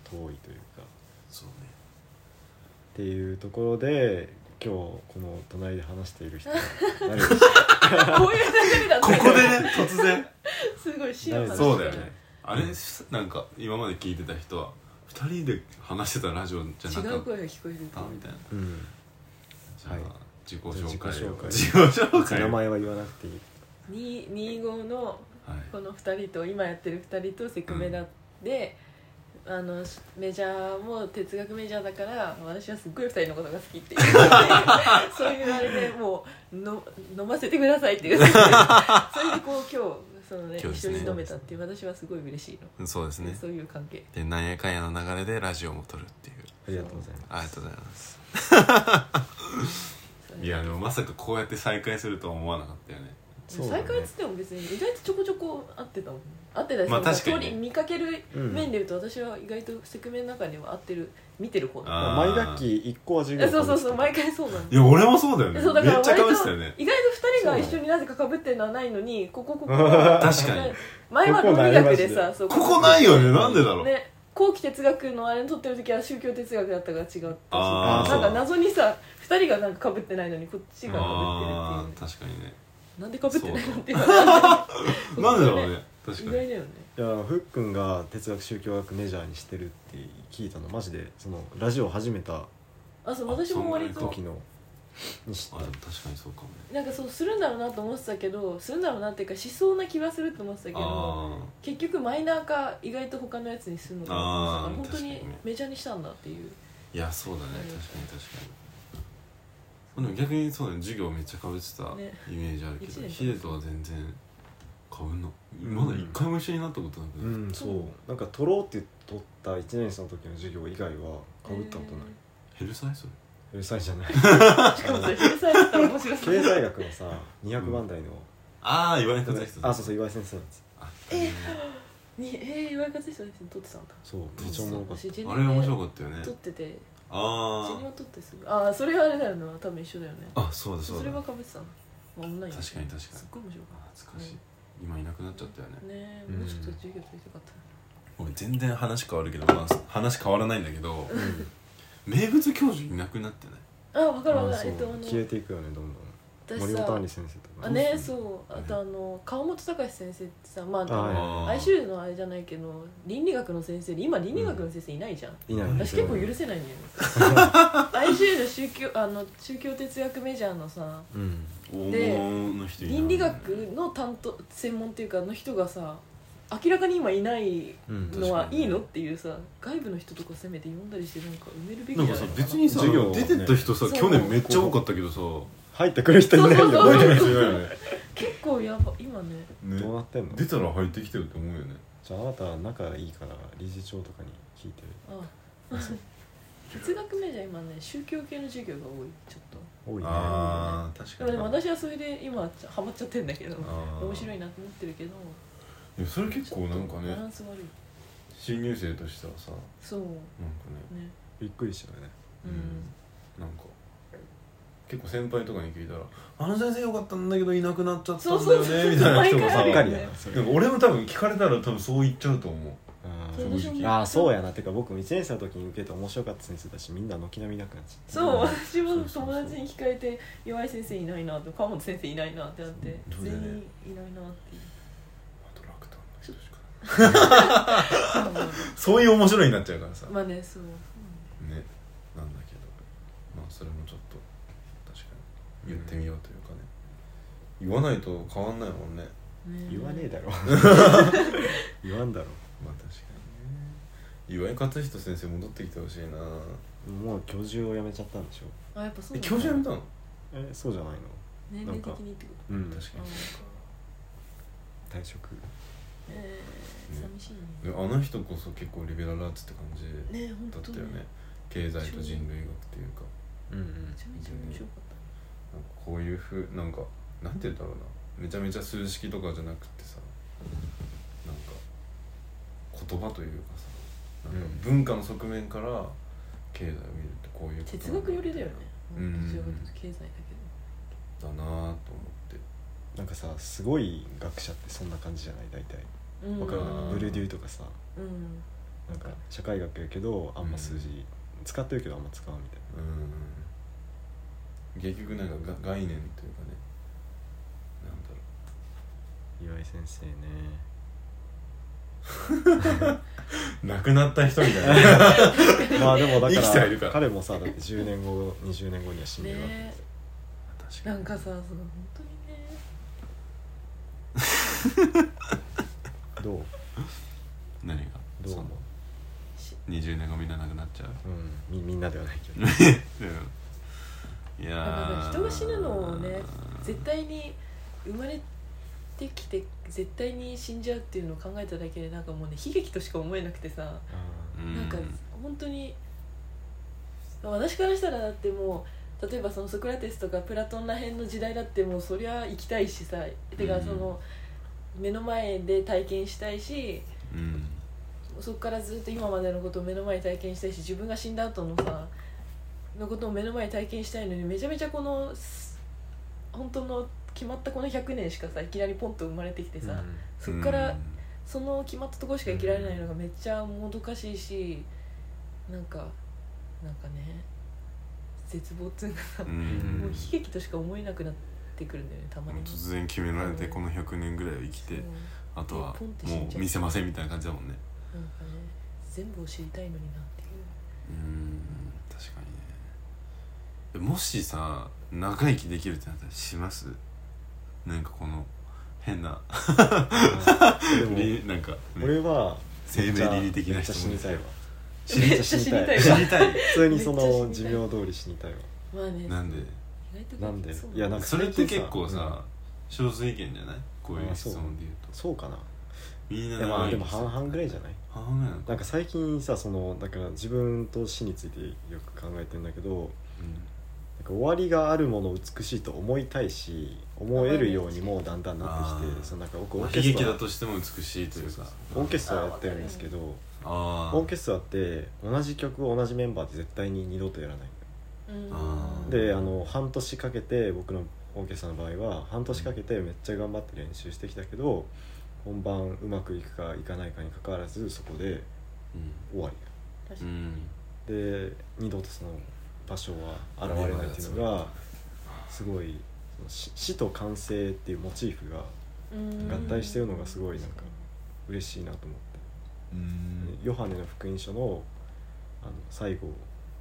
Speaker 2: というかっ
Speaker 1: そうね
Speaker 2: ていうところで今日この隣で話している人が誰でしょう
Speaker 3: こういう流れだった
Speaker 1: ここで ね突然
Speaker 3: すごいシア
Speaker 2: 誰でしょ
Speaker 1: そうだよね
Speaker 2: ね
Speaker 1: あれなんか今まで聞いてた人は2人で話してたラジオじゃ
Speaker 3: 違
Speaker 1: なか
Speaker 3: う
Speaker 1: っ
Speaker 3: 声が聞こえると
Speaker 1: たみたいな
Speaker 2: うん
Speaker 1: じゃあ
Speaker 2: はい
Speaker 1: 自己紹介を
Speaker 2: じ
Speaker 1: 自己紹介
Speaker 2: 名
Speaker 1: をはい
Speaker 2: 前は言わなくていい
Speaker 3: に25のこの2人と今やってる2人とセクメラで、あのしメジャーも哲学メジャーだから私はすっごい2人のことが好きっていう そういうあれでもうの飲ませてくださいっていうそれでこう今日その、
Speaker 1: 今
Speaker 3: ね
Speaker 1: 日で
Speaker 3: 一緒
Speaker 1: すね
Speaker 3: に飲めたっていう私はすごい嬉しいの、
Speaker 1: そうですね
Speaker 3: そういう関係
Speaker 1: でなんやかんやの流れでラジオも撮るっていう
Speaker 2: ありがとうございます
Speaker 1: ありがとうございますいやでもまさかこうやって再会するとは思わなかったよね
Speaker 2: そうだ
Speaker 3: 再
Speaker 2: ね
Speaker 3: 会っつっても別に意外とちょこちょこ会ってたもんね会ってたし、
Speaker 1: まあ確かにね
Speaker 3: 通り見かける面でいうと私は意外とセクメの中では会ってる見てる方
Speaker 1: あー
Speaker 2: 毎学期一個は授業
Speaker 3: えそうそうそう毎
Speaker 2: 回
Speaker 3: 回そうなの
Speaker 1: いや俺もそうだよね
Speaker 3: そうだから
Speaker 1: めっちゃ
Speaker 3: 割
Speaker 1: かぶ
Speaker 3: と
Speaker 1: ってたよね
Speaker 3: 意外と2人が一緒になぜかかぶってるのはないのにここここ確
Speaker 1: かに
Speaker 3: 前は
Speaker 2: ここ
Speaker 3: 論
Speaker 2: な
Speaker 3: 理
Speaker 2: りま
Speaker 3: 学
Speaker 2: すね
Speaker 3: でさそう
Speaker 1: ここないよねなんでだろう、
Speaker 3: ね後期哲学のあれ取ってる時は宗教哲学だったから違ったし
Speaker 1: あ
Speaker 2: ー
Speaker 3: なんか謎にさ2人がなんか被ってないのにこっちが被
Speaker 1: あ
Speaker 3: ってるって
Speaker 1: あ確かにね
Speaker 3: いうなんで被ってないのっていうの
Speaker 1: なんでだろう
Speaker 3: ね
Speaker 1: ね確
Speaker 3: 意
Speaker 1: か
Speaker 3: 外だ
Speaker 1: に
Speaker 3: よね
Speaker 2: いやふっくんが哲学宗教学メジャーにしてるって聞いたのマジでそのラジオ始めた
Speaker 3: あそう私も割
Speaker 1: あそんな
Speaker 3: と
Speaker 1: に
Speaker 2: 時のに知
Speaker 1: あ
Speaker 2: った
Speaker 1: でも確かにそうかもね
Speaker 3: なんかそうするんだろうなと思ってたけどするんだろうなっていうかしそうな気はすると思ってたけど
Speaker 1: あ
Speaker 3: 結局マイナーか意外と他のやつにするのかな
Speaker 1: あー
Speaker 3: 本当
Speaker 1: 確
Speaker 3: に
Speaker 1: かにね
Speaker 3: メジャーにしたんだっていう
Speaker 1: あいやそうだね
Speaker 3: うん
Speaker 1: 確かに確かにでも逆にそうだね授業めっちゃかぶってた
Speaker 3: ね
Speaker 1: イメージあるけ
Speaker 3: 一
Speaker 1: ど、
Speaker 3: 年
Speaker 1: ヒデとは全然かぶんのまだ一回も一緒になったことなくて、
Speaker 2: うんそうなんか取ろうって取った1年生の時の授業以外はかぶったことない、
Speaker 1: ヘルサイそれ
Speaker 2: うるさいじゃ ない
Speaker 3: しかもそれ返済だったら面白そう
Speaker 2: 経 済学のさ200番台の、
Speaker 1: ああ言われた人
Speaker 2: あそうそう岩井先生のやつ
Speaker 1: あ
Speaker 3: えにえー、岩井和久先生撮ってたんだ
Speaker 2: そうめっちゃおもろかった
Speaker 3: 私ジェニ
Speaker 1: あれ面白
Speaker 3: か
Speaker 1: かったよね
Speaker 3: 撮っててジェニ
Speaker 1: あ
Speaker 3: オ撮ってすぐああそれはあれだよな多分一緒だよね
Speaker 1: ああそうだ
Speaker 3: そ
Speaker 1: そう
Speaker 3: れ
Speaker 1: だ
Speaker 3: はかぶってたの、まあ、オンライン
Speaker 1: 確かに確かに
Speaker 3: すっごい面白かっ
Speaker 1: 懐かしい今いなくなっちゃったよね
Speaker 3: たねえもうちょっと授業取りたかったな
Speaker 1: 俺全然話変わるけど、まあ、話変わらないんだけど名物教授いなくなってない
Speaker 3: あ、わかるわ
Speaker 2: あ
Speaker 3: かる。
Speaker 2: そう
Speaker 3: えっと、あの、
Speaker 2: 消えていくよねどんどん
Speaker 3: 私
Speaker 2: 森本
Speaker 3: さ
Speaker 2: 兄、先生とか
Speaker 3: あ、
Speaker 1: どう
Speaker 3: ね、
Speaker 1: すん
Speaker 3: そう、あ
Speaker 1: ね
Speaker 3: とあの、川本隆先生ってさ、まああ
Speaker 2: はい
Speaker 3: の、
Speaker 1: あー
Speaker 3: 哀愁のあれじゃないけど、倫理学の先生で、今倫理学の先生いないじゃん。
Speaker 2: いない
Speaker 3: 私結構許
Speaker 2: す
Speaker 3: せないんだよね。 哀愁の宗教、あの、宗教哲学メジャーのさ、
Speaker 2: うん
Speaker 1: 大
Speaker 3: で
Speaker 1: 物の人いない
Speaker 3: 倫理学の担当、専門っていうか、の人がさ。明らかに今いない
Speaker 2: うん
Speaker 3: のは
Speaker 1: 確かにね
Speaker 3: いいのっていうさ外部の人とかせめて読んだりしてなんか埋めるべき
Speaker 1: な
Speaker 3: じゃ
Speaker 1: ん
Speaker 3: な
Speaker 1: かさ
Speaker 3: いかな
Speaker 1: 別にさ
Speaker 2: 授業
Speaker 1: 出てった人さ
Speaker 3: そう
Speaker 1: 去年めっちゃ多かったけどさ
Speaker 2: 入ってくる人いないよ
Speaker 3: そうそうそう
Speaker 2: ね
Speaker 1: 出てないよね
Speaker 3: 結構やば今ね
Speaker 1: ね
Speaker 2: どうなってんの
Speaker 1: 出たら入ってきてると思うよね
Speaker 2: じゃああなた仲いいから理事長とかに聞いてる
Speaker 3: あ 哲学メジャー今ね宗教系の授業が多いちょっと
Speaker 2: 多いね
Speaker 1: ああ確
Speaker 3: で
Speaker 1: か
Speaker 3: も
Speaker 1: に
Speaker 3: でも私はそれで今ハマっちゃってんだけど
Speaker 1: あー
Speaker 3: 面白いなと思ってるけど
Speaker 1: でもそれ結構なんか
Speaker 3: バラ
Speaker 1: ね
Speaker 3: ンス悪い
Speaker 1: 新入生としてはさなんか
Speaker 3: そう
Speaker 1: ね
Speaker 3: ね
Speaker 2: びっくりしたよね
Speaker 3: うん、
Speaker 1: なんか結構先輩とかに聞いたら「あの先生よかったんだけどいなくなっちゃったんだよ
Speaker 3: そうそうそ
Speaker 1: ね」
Speaker 3: う
Speaker 1: みたいな人
Speaker 3: 毎
Speaker 1: が
Speaker 3: 回
Speaker 1: さ
Speaker 3: あ
Speaker 2: ばっ
Speaker 3: るよ
Speaker 2: か
Speaker 3: ね
Speaker 2: りやなそれ
Speaker 1: なんか俺も多分聞かれたら多分そう言っちゃうと思う
Speaker 2: あ
Speaker 3: そ
Speaker 2: ー
Speaker 3: れでしょ
Speaker 1: 正
Speaker 2: あーそうやなてか僕も1年生の時に受けて面白かった先生だしみんな軒並みいなくなっちゃった
Speaker 3: そう
Speaker 1: うん
Speaker 3: 私も
Speaker 1: そうそうそう
Speaker 3: 友達に聞かれて「岩井先生いないな」と「川本先生いないな」ってなって
Speaker 1: そうだ
Speaker 3: 全
Speaker 1: よね
Speaker 3: 員いないなっていう
Speaker 1: アトラクターの人しか
Speaker 3: そうなんだ
Speaker 1: そういう面白いになっちゃうからさね
Speaker 3: まあねそう
Speaker 1: なんだけどまあそれもちょっと確かに言ってみようというかね言わないと変わんないもんね
Speaker 3: ね
Speaker 2: 言わねえだろ言わんだろ
Speaker 1: まあ確かにね岩井勝人先生戻ってきてほしいな
Speaker 2: もう教授を辞めちゃったんでしょ
Speaker 3: あやっぱそう
Speaker 1: え
Speaker 3: なんだ
Speaker 1: 教授やめたの
Speaker 2: えそうじゃないの
Speaker 3: 年齢的にってこと
Speaker 2: うん
Speaker 1: 確かにそうか
Speaker 2: 退職
Speaker 3: えー、寂しい
Speaker 1: で
Speaker 3: ね
Speaker 1: あの人こそ結構リベラルアーツって感じ
Speaker 3: ねえ本
Speaker 1: だっ
Speaker 3: 当
Speaker 1: たよね経済と人類学っていうか
Speaker 2: うんうん
Speaker 3: めちゃめちゃ面白かった
Speaker 1: なんかこういうふうなんかなんて言うんだろうなめちゃめちゃ数式とかじゃなくてさなんか言葉というかさなんか
Speaker 2: うん
Speaker 1: 文化の側面から経済を見るってこういうこと
Speaker 3: 哲
Speaker 1: なんだ
Speaker 3: 学寄りだよね
Speaker 1: うん
Speaker 3: どちらかというと経済だ
Speaker 1: だなぁと思って
Speaker 2: なんかさすごい学者ってそんな感じじゃない大体
Speaker 3: けどうん
Speaker 2: わかるなん
Speaker 1: あ
Speaker 2: か
Speaker 1: ー
Speaker 2: ブルデューとかさ
Speaker 3: うん
Speaker 2: なんか社会学やけどあんま数字、使ってるけどあんま使わんみたいな
Speaker 1: うん結局なんかが概念というかねなんだろう
Speaker 2: 岩井先生ね
Speaker 1: 亡くなった人 みたいな
Speaker 2: まあでもだ
Speaker 1: 生き
Speaker 2: か
Speaker 1: ては
Speaker 2: ら
Speaker 1: いるから
Speaker 2: 彼もさだって10年後20年後には死んでるわけで
Speaker 3: ね
Speaker 2: すよ、
Speaker 1: 確
Speaker 3: なんかさその本当にね
Speaker 2: どう
Speaker 1: 何が
Speaker 2: どう
Speaker 1: その
Speaker 2: 思
Speaker 3: し
Speaker 1: 20年後みんななくなっ ちゃう
Speaker 2: う、うん、みみんなではないけど
Speaker 1: いや
Speaker 3: なん
Speaker 1: ー
Speaker 3: か人が死ぬのをね絶対に生まれてきて絶対に死んじゃうっていうのを考えただけでなんかもうね悲劇としか思えなくてさ
Speaker 2: あ
Speaker 1: うん
Speaker 3: なんか本当に私からしたらだってもう例えばそのソクラテスとかプラトンら辺の時代だってもうそりゃ行きたいしさてか
Speaker 1: うん
Speaker 3: その目の前で体験したいし
Speaker 1: うん
Speaker 3: そこからずっと今までのことを目の前に体験したいし自分が死んだ後のさのことを目の前に体験したいのにめちゃめちゃこのす本当の決まったこの100年しかさいきなりポンと生まれてきて
Speaker 2: ー
Speaker 3: さ、
Speaker 2: うん
Speaker 3: そこから
Speaker 1: うん
Speaker 3: その決まったところしか生きられないのがめっちゃもどかしいしなんかなんかね絶望っていうかさ、
Speaker 1: う
Speaker 3: もうん悲劇としか思えなくなってくるんだよねたまに
Speaker 1: もう突然決められてこの100年ぐらいを生き
Speaker 3: そう
Speaker 1: てあとは
Speaker 3: ポンって死んじゃう
Speaker 1: もう見せませんみたいな感じだもんね
Speaker 3: なんかね全部を知りたいのになっていう
Speaker 1: うん確かにねでもしさ長生きできるってなったらしますなんかこの変な
Speaker 2: で
Speaker 1: り なんか
Speaker 2: も俺は
Speaker 1: 生命倫理的な人
Speaker 2: めっちゃ死にたいわ
Speaker 1: 知
Speaker 3: め
Speaker 1: り
Speaker 3: っちゃ死にたい
Speaker 1: 知りたい
Speaker 2: 普通にそ
Speaker 3: めっちゃ死に
Speaker 2: の
Speaker 3: た
Speaker 2: 寿
Speaker 3: い
Speaker 2: 命通り死にたいわ
Speaker 3: まあね
Speaker 1: なんで
Speaker 3: そう意外と
Speaker 2: なんで
Speaker 3: そう
Speaker 2: いやなんか
Speaker 1: それって結構
Speaker 2: 最近
Speaker 1: さ、少数意見じゃないこうい
Speaker 2: あ
Speaker 1: う
Speaker 2: そ
Speaker 1: 質
Speaker 2: う
Speaker 1: 問で言うと
Speaker 2: そうかな
Speaker 1: みんない
Speaker 2: やまあでも
Speaker 1: 半
Speaker 2: 半々ぐらいじゃない
Speaker 1: 々ぐらいなのか
Speaker 2: なんか最近さそのだから自分と死についてよく考えてんだけどなんか終わりがあるものを美しいと思いたいし思えるようにもだんだんなってき
Speaker 1: あー
Speaker 2: てそのなんか僕
Speaker 1: うん
Speaker 2: オ
Speaker 1: まあ
Speaker 2: ーケ
Speaker 1: 悲
Speaker 2: スト
Speaker 1: 劇
Speaker 2: ラ
Speaker 1: だとしても美しいというか
Speaker 2: オーケストラやってるんですけど
Speaker 1: あ
Speaker 2: オーケストラって同じ曲を同じメンバーで絶対に二度とやらない
Speaker 3: うん
Speaker 1: あー
Speaker 2: であの半年かけて僕のオーケストラの場合は半年かけてめっちゃ頑張って練習してきたけど本番うまくいくかいかないかにかかわらずそこで終わり
Speaker 3: 確
Speaker 1: う
Speaker 3: か
Speaker 1: ん、う
Speaker 3: に
Speaker 1: ん、
Speaker 2: で二度とその場所は現れないっていうのがすごいその死死と完成っていうモチーフが
Speaker 3: うん
Speaker 1: 合
Speaker 2: 体してるのがすごいなんか嬉しいなと思って。
Speaker 1: うん
Speaker 2: ヨハネの福音書のあの最後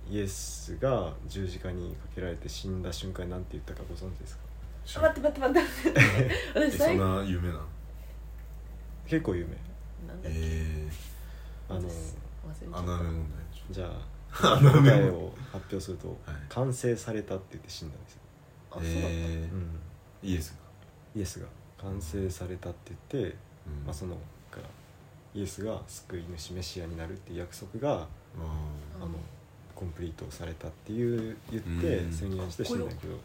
Speaker 2: イエスが十字架にかけられて死んだ瞬間に何て言ったかご存知ですか
Speaker 3: あ待って待って待って
Speaker 1: え
Speaker 3: 私
Speaker 1: そ
Speaker 3: 最
Speaker 1: ん
Speaker 3: 後
Speaker 1: な有名なの
Speaker 2: 結構有名
Speaker 3: なんだっけ
Speaker 1: え
Speaker 2: あの
Speaker 3: 忘れ
Speaker 1: え
Speaker 3: ち
Speaker 1: ー、ア
Speaker 3: ゃ
Speaker 1: ナ
Speaker 3: った
Speaker 1: ル問題でしょ
Speaker 2: じゃ
Speaker 1: あ
Speaker 2: あ
Speaker 1: なるほど
Speaker 2: 答えを発表すると
Speaker 1: はい
Speaker 2: 「完成された」って言って死んだんですよ、
Speaker 3: あそうだった
Speaker 1: えー
Speaker 2: うん
Speaker 1: イエスが、
Speaker 2: イエスが「完成された」って言って、
Speaker 1: うん
Speaker 2: まあ、そのからイエスが救い主メシアになるっていう約束が
Speaker 1: あ
Speaker 2: あ
Speaker 3: うん
Speaker 2: のコンプリートされたっていう言って
Speaker 1: うん
Speaker 2: 宣言して死んだけど
Speaker 1: ー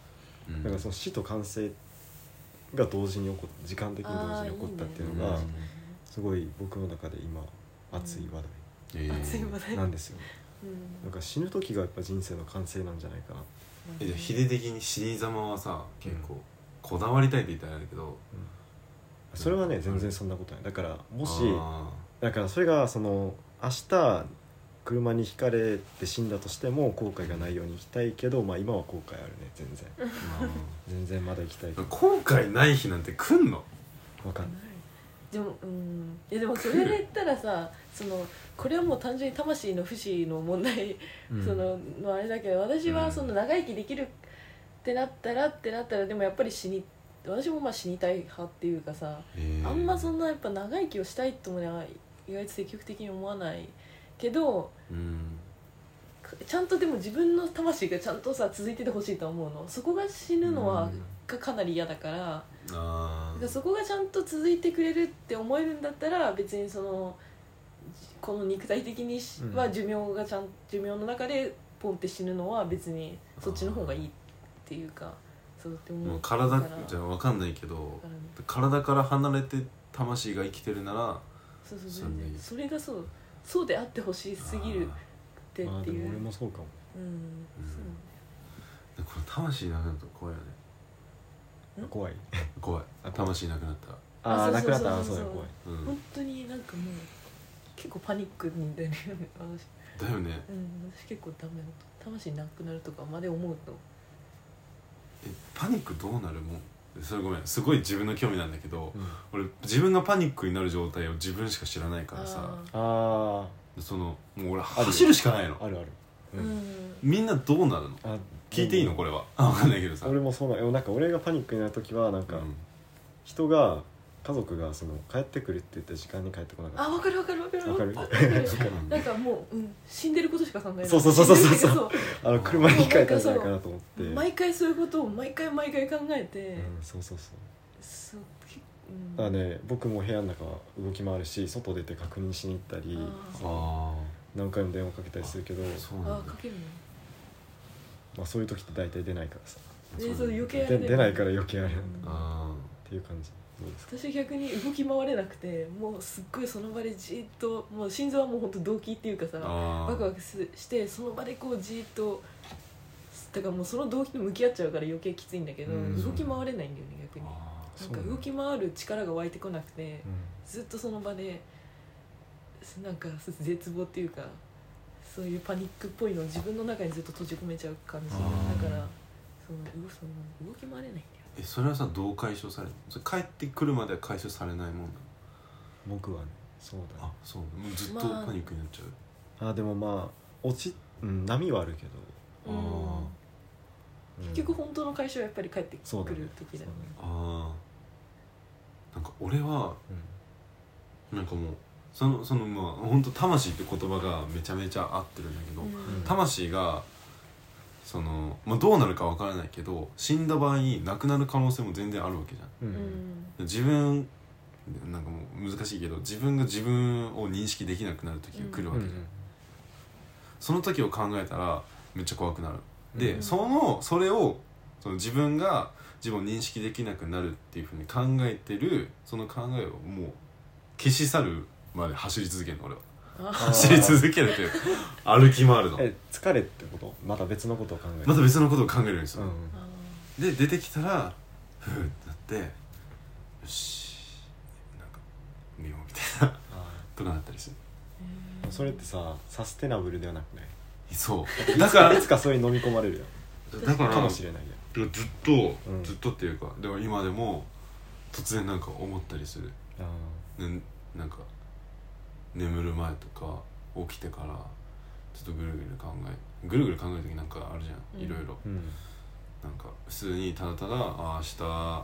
Speaker 1: うん
Speaker 2: だからその死と完成が同時に起こっ時間的に同時に起こったっていうの
Speaker 1: あ
Speaker 2: が
Speaker 1: ーいいね
Speaker 2: すごい僕の中で今熱い話
Speaker 1: えー
Speaker 3: 熱い話題
Speaker 2: 題なんですよ
Speaker 3: うん
Speaker 2: なんか死ぬ時がやっぱ人生の完成なんじゃないかな、
Speaker 1: えじゃあ秀的に死に様はさ結構こだわりたいって言ったらあれだけど
Speaker 2: それはね全然そんなことないだからもし
Speaker 1: あ
Speaker 2: だからそれがその明日車にひかれて死んだとしても後悔がないように生きたいけどまあ今は後悔あるね全然
Speaker 1: ーま
Speaker 2: 全然まだ生きたい
Speaker 1: あ 後悔ない日なんて来んの
Speaker 2: わかんない
Speaker 3: でもうんいやでもそれで言ったらさそのこれはもう単純に魂の不死の問題、
Speaker 2: うん
Speaker 3: そののあれだけど私
Speaker 1: う
Speaker 3: は
Speaker 1: ん
Speaker 3: その長生きできるってなったらってなったらでもやっぱり死に私もまあ死にたい派っていうかさあんまそん
Speaker 1: な
Speaker 3: なやっぱ長生きをしたいともね意外と積極的に思わないけど
Speaker 1: うん
Speaker 3: かちゃんとでも自分の魂がちゃんとさ続いててほしいと思うのそこが死ぬのはがかなり嫌だから。
Speaker 1: あ
Speaker 3: だか
Speaker 1: ー
Speaker 3: らそこがちゃんと続いてくれるって思えるんだったら別にそのこの肉体的にし
Speaker 2: うん
Speaker 3: は寿命がちゃん寿命の中でポンって死ぬのは別にそっちの方がいいっていうかそうって思
Speaker 1: もう
Speaker 3: う
Speaker 1: 体
Speaker 3: だから
Speaker 1: じゃわかんないけど
Speaker 3: だからね
Speaker 1: 体から離れて魂が生きてるなら
Speaker 3: そうそう
Speaker 1: それ
Speaker 3: 全
Speaker 1: でいい
Speaker 3: 然それがそうそうであってほしすぎるっ
Speaker 2: あ
Speaker 3: てっ
Speaker 2: ー
Speaker 3: て
Speaker 2: で
Speaker 3: い
Speaker 2: も俺
Speaker 3: う
Speaker 2: もそうかも
Speaker 3: うん
Speaker 1: あーこれ魂なくなったら怖いよね
Speaker 3: ん
Speaker 2: 怖い
Speaker 1: 怖い
Speaker 2: あ怖い
Speaker 1: 魂なくなったら
Speaker 2: ああ
Speaker 3: そう
Speaker 2: な
Speaker 3: そう
Speaker 2: く
Speaker 3: そう
Speaker 2: な
Speaker 3: そ
Speaker 2: ったらそ
Speaker 3: う
Speaker 2: うだよ怖い
Speaker 1: うん
Speaker 3: 本当になんかもう結構パニックに出るよね私
Speaker 1: だよね
Speaker 3: うん私結構ダメだと魂なくなるとかまで思うと
Speaker 1: えパニックどうなるもんそれごめんすごい自分の興味なんだけど
Speaker 2: うん
Speaker 1: 俺自分がパニックになる状態を自分しか知らないからさ
Speaker 3: あ
Speaker 2: あ
Speaker 1: そのもう俺
Speaker 2: よ
Speaker 1: 走るしかない
Speaker 2: あ
Speaker 1: の
Speaker 2: あるある、
Speaker 3: ーうん
Speaker 1: みんなどうなるの
Speaker 2: あ
Speaker 1: 聞いていいのこれは あ分かんないけどさ
Speaker 2: 俺もそうなのなんか俺がパニックになる時はなんか
Speaker 1: うん
Speaker 2: 人が家族がその帰ってくるって言って時間に帰ってこな
Speaker 3: あ
Speaker 2: かっ
Speaker 3: わかるわかるわかる
Speaker 2: わかる
Speaker 3: わかる
Speaker 1: そう なんだ
Speaker 3: なんかもう、うん、死んでることしか考えない
Speaker 2: そうそうそうそうそう
Speaker 3: 死んでるけど
Speaker 2: たあの車に帰ったんじゃないかなと思って、うん、
Speaker 3: 毎回そういうことを毎回毎回考えて、
Speaker 2: そうそうそう
Speaker 3: そうけうん
Speaker 2: だからね僕も部屋の中は動き回るし外出て確認しに行ったり
Speaker 3: あー
Speaker 1: あ
Speaker 2: 何回も電話かけたりするけど
Speaker 1: あそうな
Speaker 3: あ
Speaker 1: ん
Speaker 3: ー
Speaker 1: だ
Speaker 3: かけるの
Speaker 2: まあ、そういう時って大体出ないからさ
Speaker 3: えーそう余計あ
Speaker 2: で
Speaker 3: れ
Speaker 2: 出ないから余計あれなんだ
Speaker 3: うん
Speaker 1: あ
Speaker 2: っていう感じどうですか
Speaker 3: 私逆に動き回れなくてもうすっごいその場でじーっともう心臓はもうほんと動悸っていうかさ
Speaker 1: ー
Speaker 3: ワ
Speaker 1: あー
Speaker 3: クワクすしてその場でこうじーっとだからもうその動悸と向き合っちゃうから余計きついんだけど、
Speaker 2: うん
Speaker 3: 動き回れないんだよね逆に
Speaker 1: あ
Speaker 3: なんか動き回る力が湧いてこなくてずっとその場でなんか絶望っていうかそういうパニックっぽいのを自分の中にずっと閉じ込めちゃう感じだ
Speaker 1: あ
Speaker 3: か
Speaker 1: ー
Speaker 3: らその動その動き回れないんだよ
Speaker 1: えそれはさどう解消されるのそれ帰ってくるまでは解消されないもんな
Speaker 2: 僕はねそうだ
Speaker 1: のあ
Speaker 2: ね
Speaker 1: そうもうずっと
Speaker 3: まあ
Speaker 1: パニックになっちゃう、
Speaker 2: あでもまあ落ち、うん、波はあるけど、
Speaker 1: あ
Speaker 2: うん
Speaker 3: 結局本当の会社はやっぱり帰って
Speaker 2: そうだ
Speaker 3: く
Speaker 2: ね
Speaker 3: る時だよね
Speaker 1: ああなんか俺は
Speaker 2: うん
Speaker 1: なんかもうそのそのまあ本当魂って言葉がめちゃめちゃ合ってるんだけど、
Speaker 3: うん
Speaker 2: ん
Speaker 1: 魂がその、まあ、どうなるかわからないけど死んだ場合亡くなる可能性も全然あるわけじゃん
Speaker 2: う
Speaker 3: うんん
Speaker 1: 自分なんかもう難しいけど自分が自分を認識できなくなる時が来るわ
Speaker 2: う
Speaker 1: け
Speaker 2: ん
Speaker 1: じゃん、その時を考えたらめっちゃ怖くなるで、
Speaker 3: うん
Speaker 1: そのそれをその自分が自分を認識できなくなるっていうふうに考えてるその考えをもう消し去るまで走り続けるの俺は
Speaker 3: あ
Speaker 1: 走り続けるという歩き回るの
Speaker 2: え疲れってことまた別のことを考える
Speaker 1: また別のことを考えるようにす
Speaker 2: う
Speaker 1: る
Speaker 2: ん
Speaker 1: の、で出てきたらふうってなってよしなんか見ようみたいなとかなったりする
Speaker 3: う
Speaker 2: うん
Speaker 3: ん
Speaker 2: それってさサステナブルではなくない
Speaker 1: そうだから
Speaker 2: いつかそれに飲み込まれるよ
Speaker 1: だから
Speaker 2: かもしれないよ
Speaker 1: ずっと、
Speaker 2: うん
Speaker 1: ずっとっていうかでも今でも突然なんか思ったりする、
Speaker 2: あ
Speaker 1: ね、なんか眠る前とか起きてからちょっとぐるぐる考えぐるぐる考える時なんかあるじゃん、
Speaker 3: うん
Speaker 1: いろいろ
Speaker 2: ーうん
Speaker 1: なんか普通にただただあー明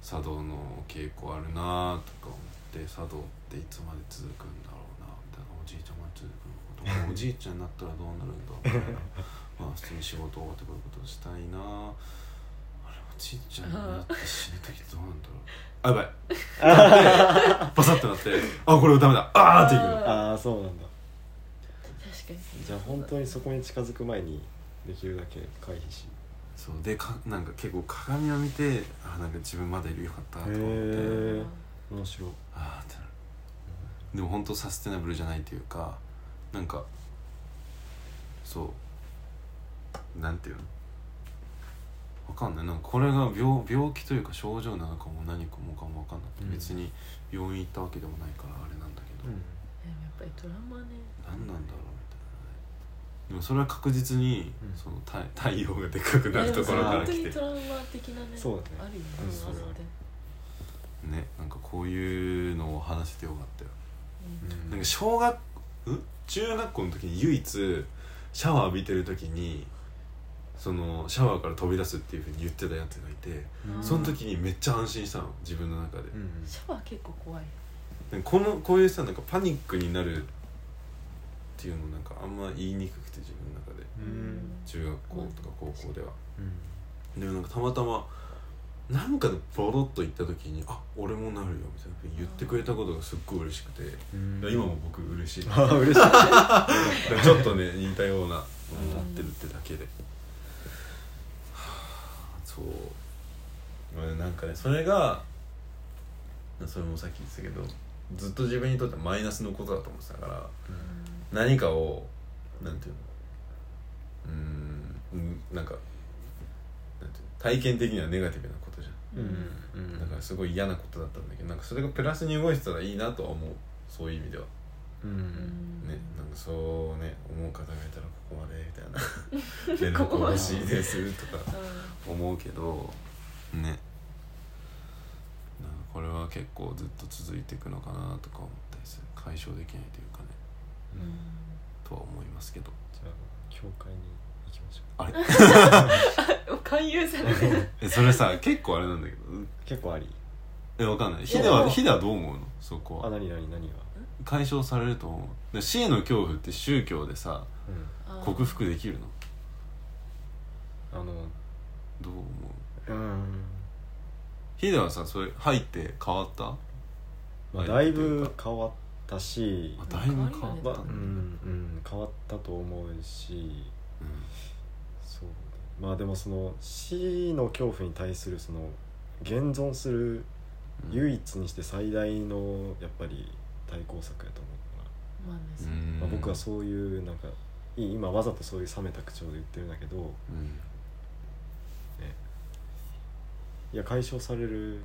Speaker 1: 日茶道の稽古あるなーとか思って茶道っていつまで続くんだろうなみたいなおじいちゃんまで続くのかとかおじいちゃんになったらどうなるんだみたいな まあ普通に仕事終わってくることしたいなーあれおじいちゃんになって死ぬ時どうなんだろうあやばいバサッとなってあこれダメだあーっていく
Speaker 2: ああそうなんだ
Speaker 3: 確かに
Speaker 2: じゃあ本当にそこに近づく前にできるだけ回避し
Speaker 1: そうでかなんか結構鏡を見てあなんか自分まだいるよかったとか思って。
Speaker 2: へー面白い
Speaker 1: あーってなるでも本当サステナブルじゃないというかなんかそうなんていうのわかんないなんかこれが病病気というか症状なのかも何かもかもわかんなくて、
Speaker 2: うん
Speaker 1: 別に病院行ったわけでもないからあれなんだけど、
Speaker 3: でもやっぱりドラマね
Speaker 1: 何なんだろうみたいなねでもそれは確実に、
Speaker 2: うん
Speaker 1: その太 太陽がでっかくなるところか
Speaker 2: いやで
Speaker 1: ら
Speaker 3: 本当
Speaker 1: 来
Speaker 3: に
Speaker 1: て
Speaker 3: トラウマ的なね
Speaker 2: そうだね
Speaker 3: あるよね
Speaker 2: うん
Speaker 3: ドラマって
Speaker 1: ねなんかこういうのを話せてよかったよ
Speaker 3: うん
Speaker 1: なんか小学ん中学校の時に唯一シャワー浴びてる時にそのシャワーから飛び出すっていうふうに言ってたやつがいて
Speaker 3: うん
Speaker 1: その時にめっちゃ安心したの自分の中で
Speaker 2: うんうん
Speaker 3: シャワー結構怖い
Speaker 1: なんかこのこういうさなんかパニックになるっていうのなんかあんま言いにくくて自分の中で
Speaker 2: うん
Speaker 1: 中学校とか高校では
Speaker 2: うん
Speaker 1: でもなんかたまたまなんかでボロッと言った時に「あ俺もなるよ」みたいなふうに言ってくれたことがすっごい嬉しくて
Speaker 2: うん
Speaker 1: 今も僕嬉 しい
Speaker 2: ああ嬉しい
Speaker 1: ちょっとね似たようなものになってるってだけで、はあそうまあなんかねそれがそれもさっき言ってたけどずっと自分にとってはマイナスのことだと思ってたから何かをなんていうのうーんうんなんかなんていうの体験的にはネガティブなことじゃん
Speaker 2: うんうん
Speaker 1: だからすごい嫌なことだったんだけどなんかそれがプラスに動いてたらいいなとは思うそういう意味では
Speaker 2: う
Speaker 3: うんん
Speaker 1: ね、なんかそうね思う方がいたらここまでみ たいな
Speaker 3: こ
Speaker 1: 連
Speaker 3: こ
Speaker 1: 絡
Speaker 3: まで
Speaker 1: 欲しいですとか
Speaker 3: う
Speaker 1: 思うけどねなんかこれは結構ずっと続いていくのかなとか思ったりする解消できないというかね
Speaker 2: うんん
Speaker 1: とは思いますけど
Speaker 2: じゃあ教会に行きましょ
Speaker 1: あれ
Speaker 3: うん勧誘されてる
Speaker 1: えそれさ結構あれなんだけど
Speaker 2: う結構あり
Speaker 1: えわかんない
Speaker 3: い
Speaker 1: ヒ
Speaker 3: や
Speaker 1: デ
Speaker 3: で
Speaker 1: は
Speaker 3: も
Speaker 1: ヒデはどう思うのそこ
Speaker 2: あ
Speaker 1: は
Speaker 2: 何何何は
Speaker 1: 解消されると思うで死の恐怖って宗教でさ
Speaker 2: うん
Speaker 1: 克服できるの
Speaker 2: あの
Speaker 1: どう思う
Speaker 2: うん
Speaker 1: ヒデはさそれ入って変わった
Speaker 2: まあだいぶ変わったし
Speaker 1: あだいぶ変わっ
Speaker 3: 変わるよね
Speaker 1: た
Speaker 2: まあうんうん変わったと思うしそうねまあでもその死の恐怖に対するその現存する唯
Speaker 1: 一、
Speaker 2: 一にして最大のやっぱり対抗策やと思うから、
Speaker 3: まあねそう
Speaker 2: まあ、僕はそういうなんかい今わざとそういう冷めた口調で言ってるんだけど
Speaker 1: うん、うん
Speaker 2: いや解消される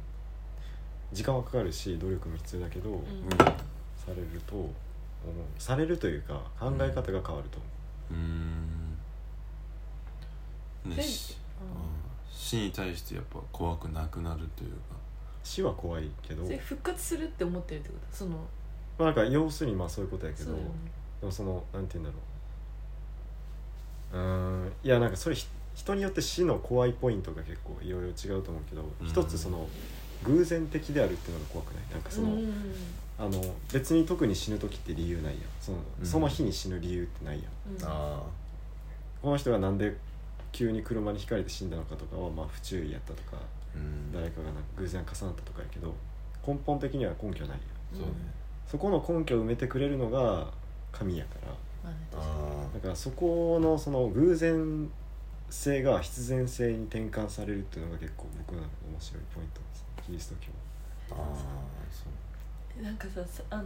Speaker 2: 時間はかかるし努力も必要だけど、
Speaker 3: うん
Speaker 2: されると思うされるというか考え方が変わると思
Speaker 1: うんね
Speaker 3: で
Speaker 1: し
Speaker 3: う
Speaker 1: うん死に対してやっぱ怖くなくなるというか
Speaker 2: う死は怖いけど
Speaker 3: んそれ復活するって思ってるってことその
Speaker 2: まあなんか要するにまあそういうことやけ
Speaker 3: そ
Speaker 2: ど
Speaker 3: うだよね
Speaker 2: でもそのなんて言うんだろううーんいやなんかそれひ人によって死の怖いポイントが結構いろいろ違うと思うけど、
Speaker 1: うん
Speaker 2: 一つその偶然的であるっていうのが怖くないなんかその、
Speaker 3: うん
Speaker 2: あの別に特に死ぬ時って理由ないやんその,、
Speaker 1: うん
Speaker 2: その日に死ぬ理由ってないやん
Speaker 3: うん
Speaker 1: あ
Speaker 2: この人がなんで急に車にひかれて死んだのかとかはまあ不注意やったとか
Speaker 1: うん
Speaker 2: 誰かがなんか偶然重なったとかやけど根本的には根拠ないや
Speaker 1: そうね
Speaker 2: そこの根拠を埋めてくれるのが神やから
Speaker 3: まあね確か
Speaker 1: あ
Speaker 2: だからそこのその偶然性が必然性に転換されるっていうのが結構僕の面白いポイントですねキリスト教
Speaker 1: ーあーそう
Speaker 3: になんかささあの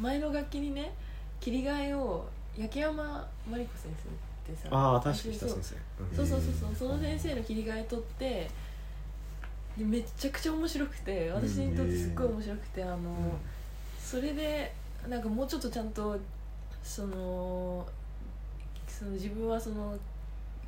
Speaker 3: 前の楽器にね切り替えを焼山真理子先生ってさ
Speaker 2: ああ確かに北
Speaker 3: そう
Speaker 2: 先生
Speaker 3: そうそうそうそうその先生の切り替え取ってでめっちゃくちゃ面白くて私にとってすっごい面白くてあの、それでなんかもうちょっとちゃんとそのその自分はその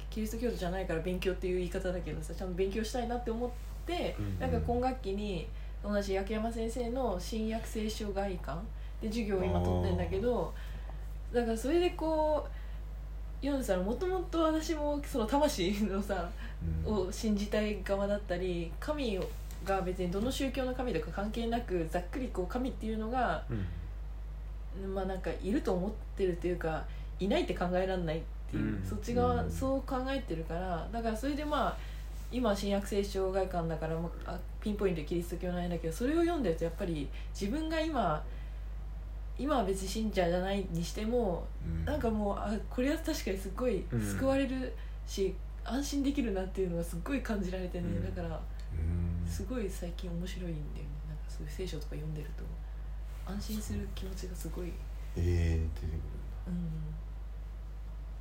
Speaker 3: キリスト教徒じゃないから勉強っていう言い方だけどさちゃんと勉強したいなって思って、
Speaker 2: うんうん
Speaker 3: なんか今学期に同じ焼山先生の新約聖書外観で授業を今取ってんだけどだからそれでこう読んでたらもともと私もその魂のさ
Speaker 1: うん
Speaker 3: を信じたい側だったり神が別にどの宗教の神とか関係なくざっくりこう神っていうのが
Speaker 2: うん
Speaker 3: まあなんかいると思ってるっていうかいないって考えられないっていう、
Speaker 2: うん
Speaker 3: そっち側、
Speaker 1: うん
Speaker 3: そう考えてるからだからそれでまあ今新約聖書外観だからもうあピンポイントでキリスト教なんだけどそれを読んでるとやっぱり自分が今今は別に信者じゃないにしても
Speaker 1: うん
Speaker 3: なんかもうあこれは確かにすっごい
Speaker 2: うん
Speaker 3: 救われるし、安心できるなっていうのがすっごい感じられてね、
Speaker 2: うん
Speaker 3: だから
Speaker 1: うん
Speaker 3: すごい最近面白いんだよねなんかそういう聖書とか読んでると安心する気持ちがすごい、うん、やっ
Speaker 1: ええ出てくるん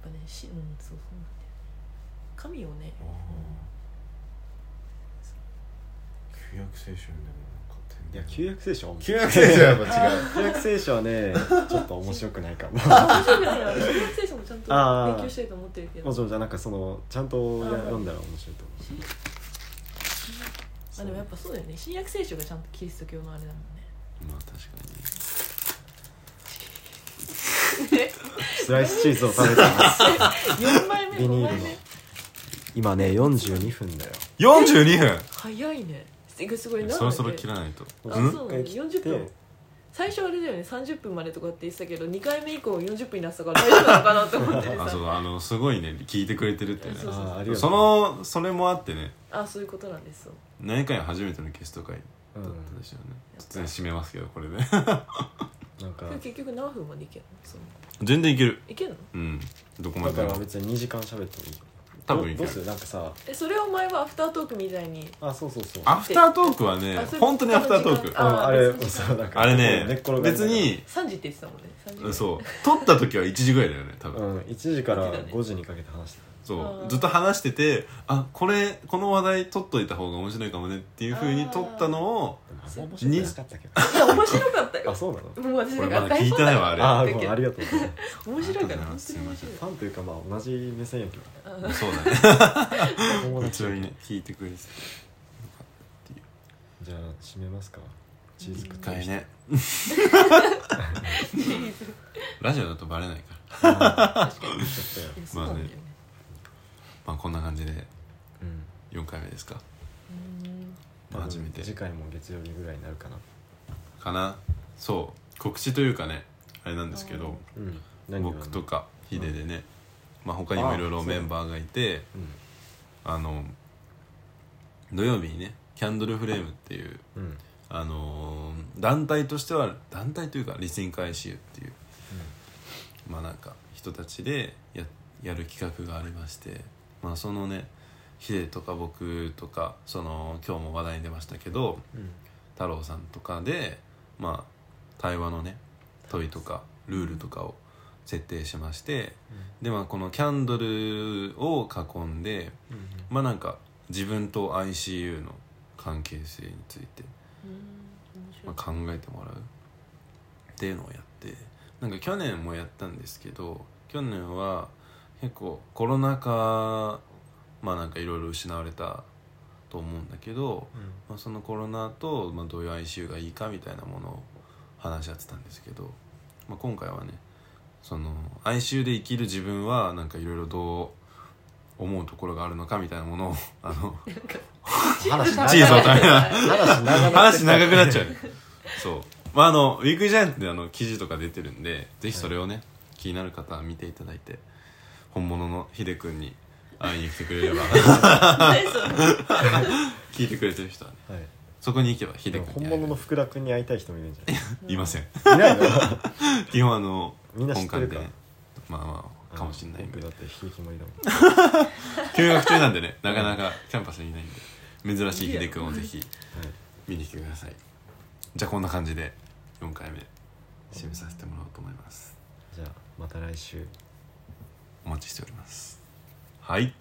Speaker 3: ぱねし、うん、そうそうなんだよ神をね
Speaker 1: だああ旧約聖書でもなんか
Speaker 2: いや旧約聖書は面
Speaker 1: 旧
Speaker 2: 白い
Speaker 1: 約聖書はやっぱ違う
Speaker 2: 旧約聖書はねちょっと面白くな いかも
Speaker 3: 面白いよね新約聖書もちゃん
Speaker 2: あー
Speaker 3: と勉強したいと思ってるけど
Speaker 2: もちろんじゃあなんかそのちゃんとや読んだら面白いと思う
Speaker 3: 新約あでもやっぱそうだよね新約聖書がちゃんとキリスト教のあれだもんね
Speaker 1: まあ確かにね
Speaker 2: スライスチーズを食べてます
Speaker 3: 4枚目
Speaker 2: ビ
Speaker 3: 5
Speaker 2: ニール
Speaker 3: 枚
Speaker 2: の
Speaker 3: 目
Speaker 2: 今ね42分だよ
Speaker 1: 42分
Speaker 3: 早いねすごいすごいなんだっけ
Speaker 1: そろそろ切らないと
Speaker 3: あ
Speaker 1: ん
Speaker 3: そうなの40分最初あれだよね30分までとかって言ってたけど2回目以降40分になってたから大丈夫なのかなと思ってて
Speaker 1: あそう
Speaker 3: さ
Speaker 1: あのすごいね聞いてくれてるってね
Speaker 3: そうそう
Speaker 2: あーありがとう
Speaker 1: そのそれもあってね
Speaker 3: あそういうことなんですそう
Speaker 1: 何回初めてのゲスト会だ
Speaker 2: う
Speaker 1: った
Speaker 2: ん
Speaker 1: んですよね突然締めますけどこれで
Speaker 2: なんか
Speaker 3: 今日結局何分までいけるのそう
Speaker 1: 全然いける
Speaker 3: いけるの
Speaker 1: うんどこま
Speaker 2: だ
Speaker 1: でで
Speaker 2: か
Speaker 1: も
Speaker 2: ら別に2時間喋ってもいい
Speaker 1: 多分い
Speaker 2: ど
Speaker 1: け
Speaker 2: うする
Speaker 1: る
Speaker 2: なんかさ
Speaker 3: えそれを前はアフタートークみたいに
Speaker 2: あそうそうそう
Speaker 1: アフタートークはね
Speaker 3: あそれ
Speaker 1: 本当にアフタートー
Speaker 3: 時
Speaker 1: ク
Speaker 3: 間
Speaker 2: ああれ
Speaker 3: 別に
Speaker 2: そうなんか
Speaker 1: あれ
Speaker 2: 寝っ
Speaker 1: ね
Speaker 2: 転がりながら
Speaker 1: 別に
Speaker 3: 3時って言ってたもんね3時ぐらい
Speaker 1: そう撮った時は1時ぐらいだよね多
Speaker 2: う
Speaker 1: 分
Speaker 2: ん1時から5時にかけて話して
Speaker 1: そ
Speaker 3: あー
Speaker 1: うずっと話しててあこれこの話題撮っといた方が面白いかもねっていうふうに撮ったのを
Speaker 2: た
Speaker 3: そう
Speaker 2: 面白くなかったけど
Speaker 3: いや面白かった
Speaker 2: あ
Speaker 3: よ
Speaker 2: そうなの
Speaker 3: もう私
Speaker 1: こ
Speaker 3: な
Speaker 1: れ
Speaker 3: ん
Speaker 1: ま
Speaker 3: か
Speaker 1: だ聞いてないわあれ
Speaker 2: ああ
Speaker 3: だ
Speaker 2: ご
Speaker 3: け
Speaker 2: めん
Speaker 3: ど
Speaker 2: ありがとうございます
Speaker 3: 面白いか
Speaker 1: ありがとうござい
Speaker 3: ら本
Speaker 1: ます
Speaker 3: 当に面白い
Speaker 2: ファンというかまあ同じ目線やけど
Speaker 1: そうだね
Speaker 2: 友
Speaker 1: う
Speaker 2: 達
Speaker 1: ち
Speaker 2: や
Speaker 1: のに
Speaker 2: けど
Speaker 1: ね聞いてくれてた
Speaker 2: じゃあ締めますかチーズ食っ
Speaker 1: 一
Speaker 2: てる
Speaker 1: 回
Speaker 2: 人
Speaker 1: ねラジオだとバレないから
Speaker 2: あ
Speaker 3: 確かにい
Speaker 2: ーちょっと
Speaker 3: やそうなんだよね
Speaker 1: まあこんな感じで
Speaker 2: うん
Speaker 1: 4回目ですか
Speaker 3: うん
Speaker 2: 多分
Speaker 1: 初めて
Speaker 2: 次回も月曜日ぐらいになるかな
Speaker 1: かなそう告知というかねあれなんですけど
Speaker 2: うん何を
Speaker 1: 僕とかヒデでね、まあ、他にもいろい
Speaker 2: あ
Speaker 1: ろ
Speaker 2: そうだ
Speaker 1: メンバーがいて
Speaker 2: う
Speaker 1: あの土曜日にねキャンドルフレームっていうん
Speaker 2: うん
Speaker 1: あのー団体としては団体というかリスニング ICU っていうまあなんか人たちでややる企画がありまして、まあ、そのねヒデとか僕とかその今日も話題に出ましたけど
Speaker 2: うん
Speaker 1: 太郎さんとかで、まあ、対話のね問いとかルールとかを設定しましてで、まあ、このキャンドルを囲んで
Speaker 2: うんうん
Speaker 1: まあなんか自分と ICU の関係性について、
Speaker 3: うん面白
Speaker 1: まあ、
Speaker 3: い
Speaker 1: 考えてもらうっていうのをやってなんか去年もやったんですけど去年は結構コロナ禍まあなんかいろいろ失われたと思うんだけど
Speaker 2: うん
Speaker 1: まあ、そのコロナと、まあ、どういう ICU がいいかみたいなものを話し合ってたんですけど、まあ、今回はねその ICU で生きる自分はなんかいろいろどう思うところがあるのかみたいなものを あの
Speaker 2: 話長い
Speaker 1: チーズを食べな
Speaker 2: 話長なってきた
Speaker 1: 話長くなっちゃうそうまああのウィークリージャイアントであの記事とか出てるんでぜひそれをね、気になる方は見ていただいて本物のヒデ君に会いに来てく れれば
Speaker 3: 何それ
Speaker 1: 聞いてくれてる人はね
Speaker 2: はい
Speaker 1: そこに行けば秀
Speaker 2: でも
Speaker 1: 君
Speaker 2: 本
Speaker 1: に会え
Speaker 2: 物の
Speaker 1: る
Speaker 2: 福田君に会いたい人もいるんじゃ
Speaker 1: いません
Speaker 2: ないいないの
Speaker 1: 基本あの
Speaker 2: みんな知
Speaker 1: 本
Speaker 2: って
Speaker 1: 館
Speaker 2: る
Speaker 1: で
Speaker 2: か
Speaker 1: まあまあかもしれない
Speaker 2: 僕だってひいきもいだもん
Speaker 1: 休学中なんで ねなかなかキャンパスにいないんで珍しい秀君をぜひ
Speaker 2: はい
Speaker 1: 見に来てくださいじゃあこんな感じで4回目締めさせてもらおうと思います
Speaker 2: じゃあまた来週
Speaker 1: お待ちしておりますはい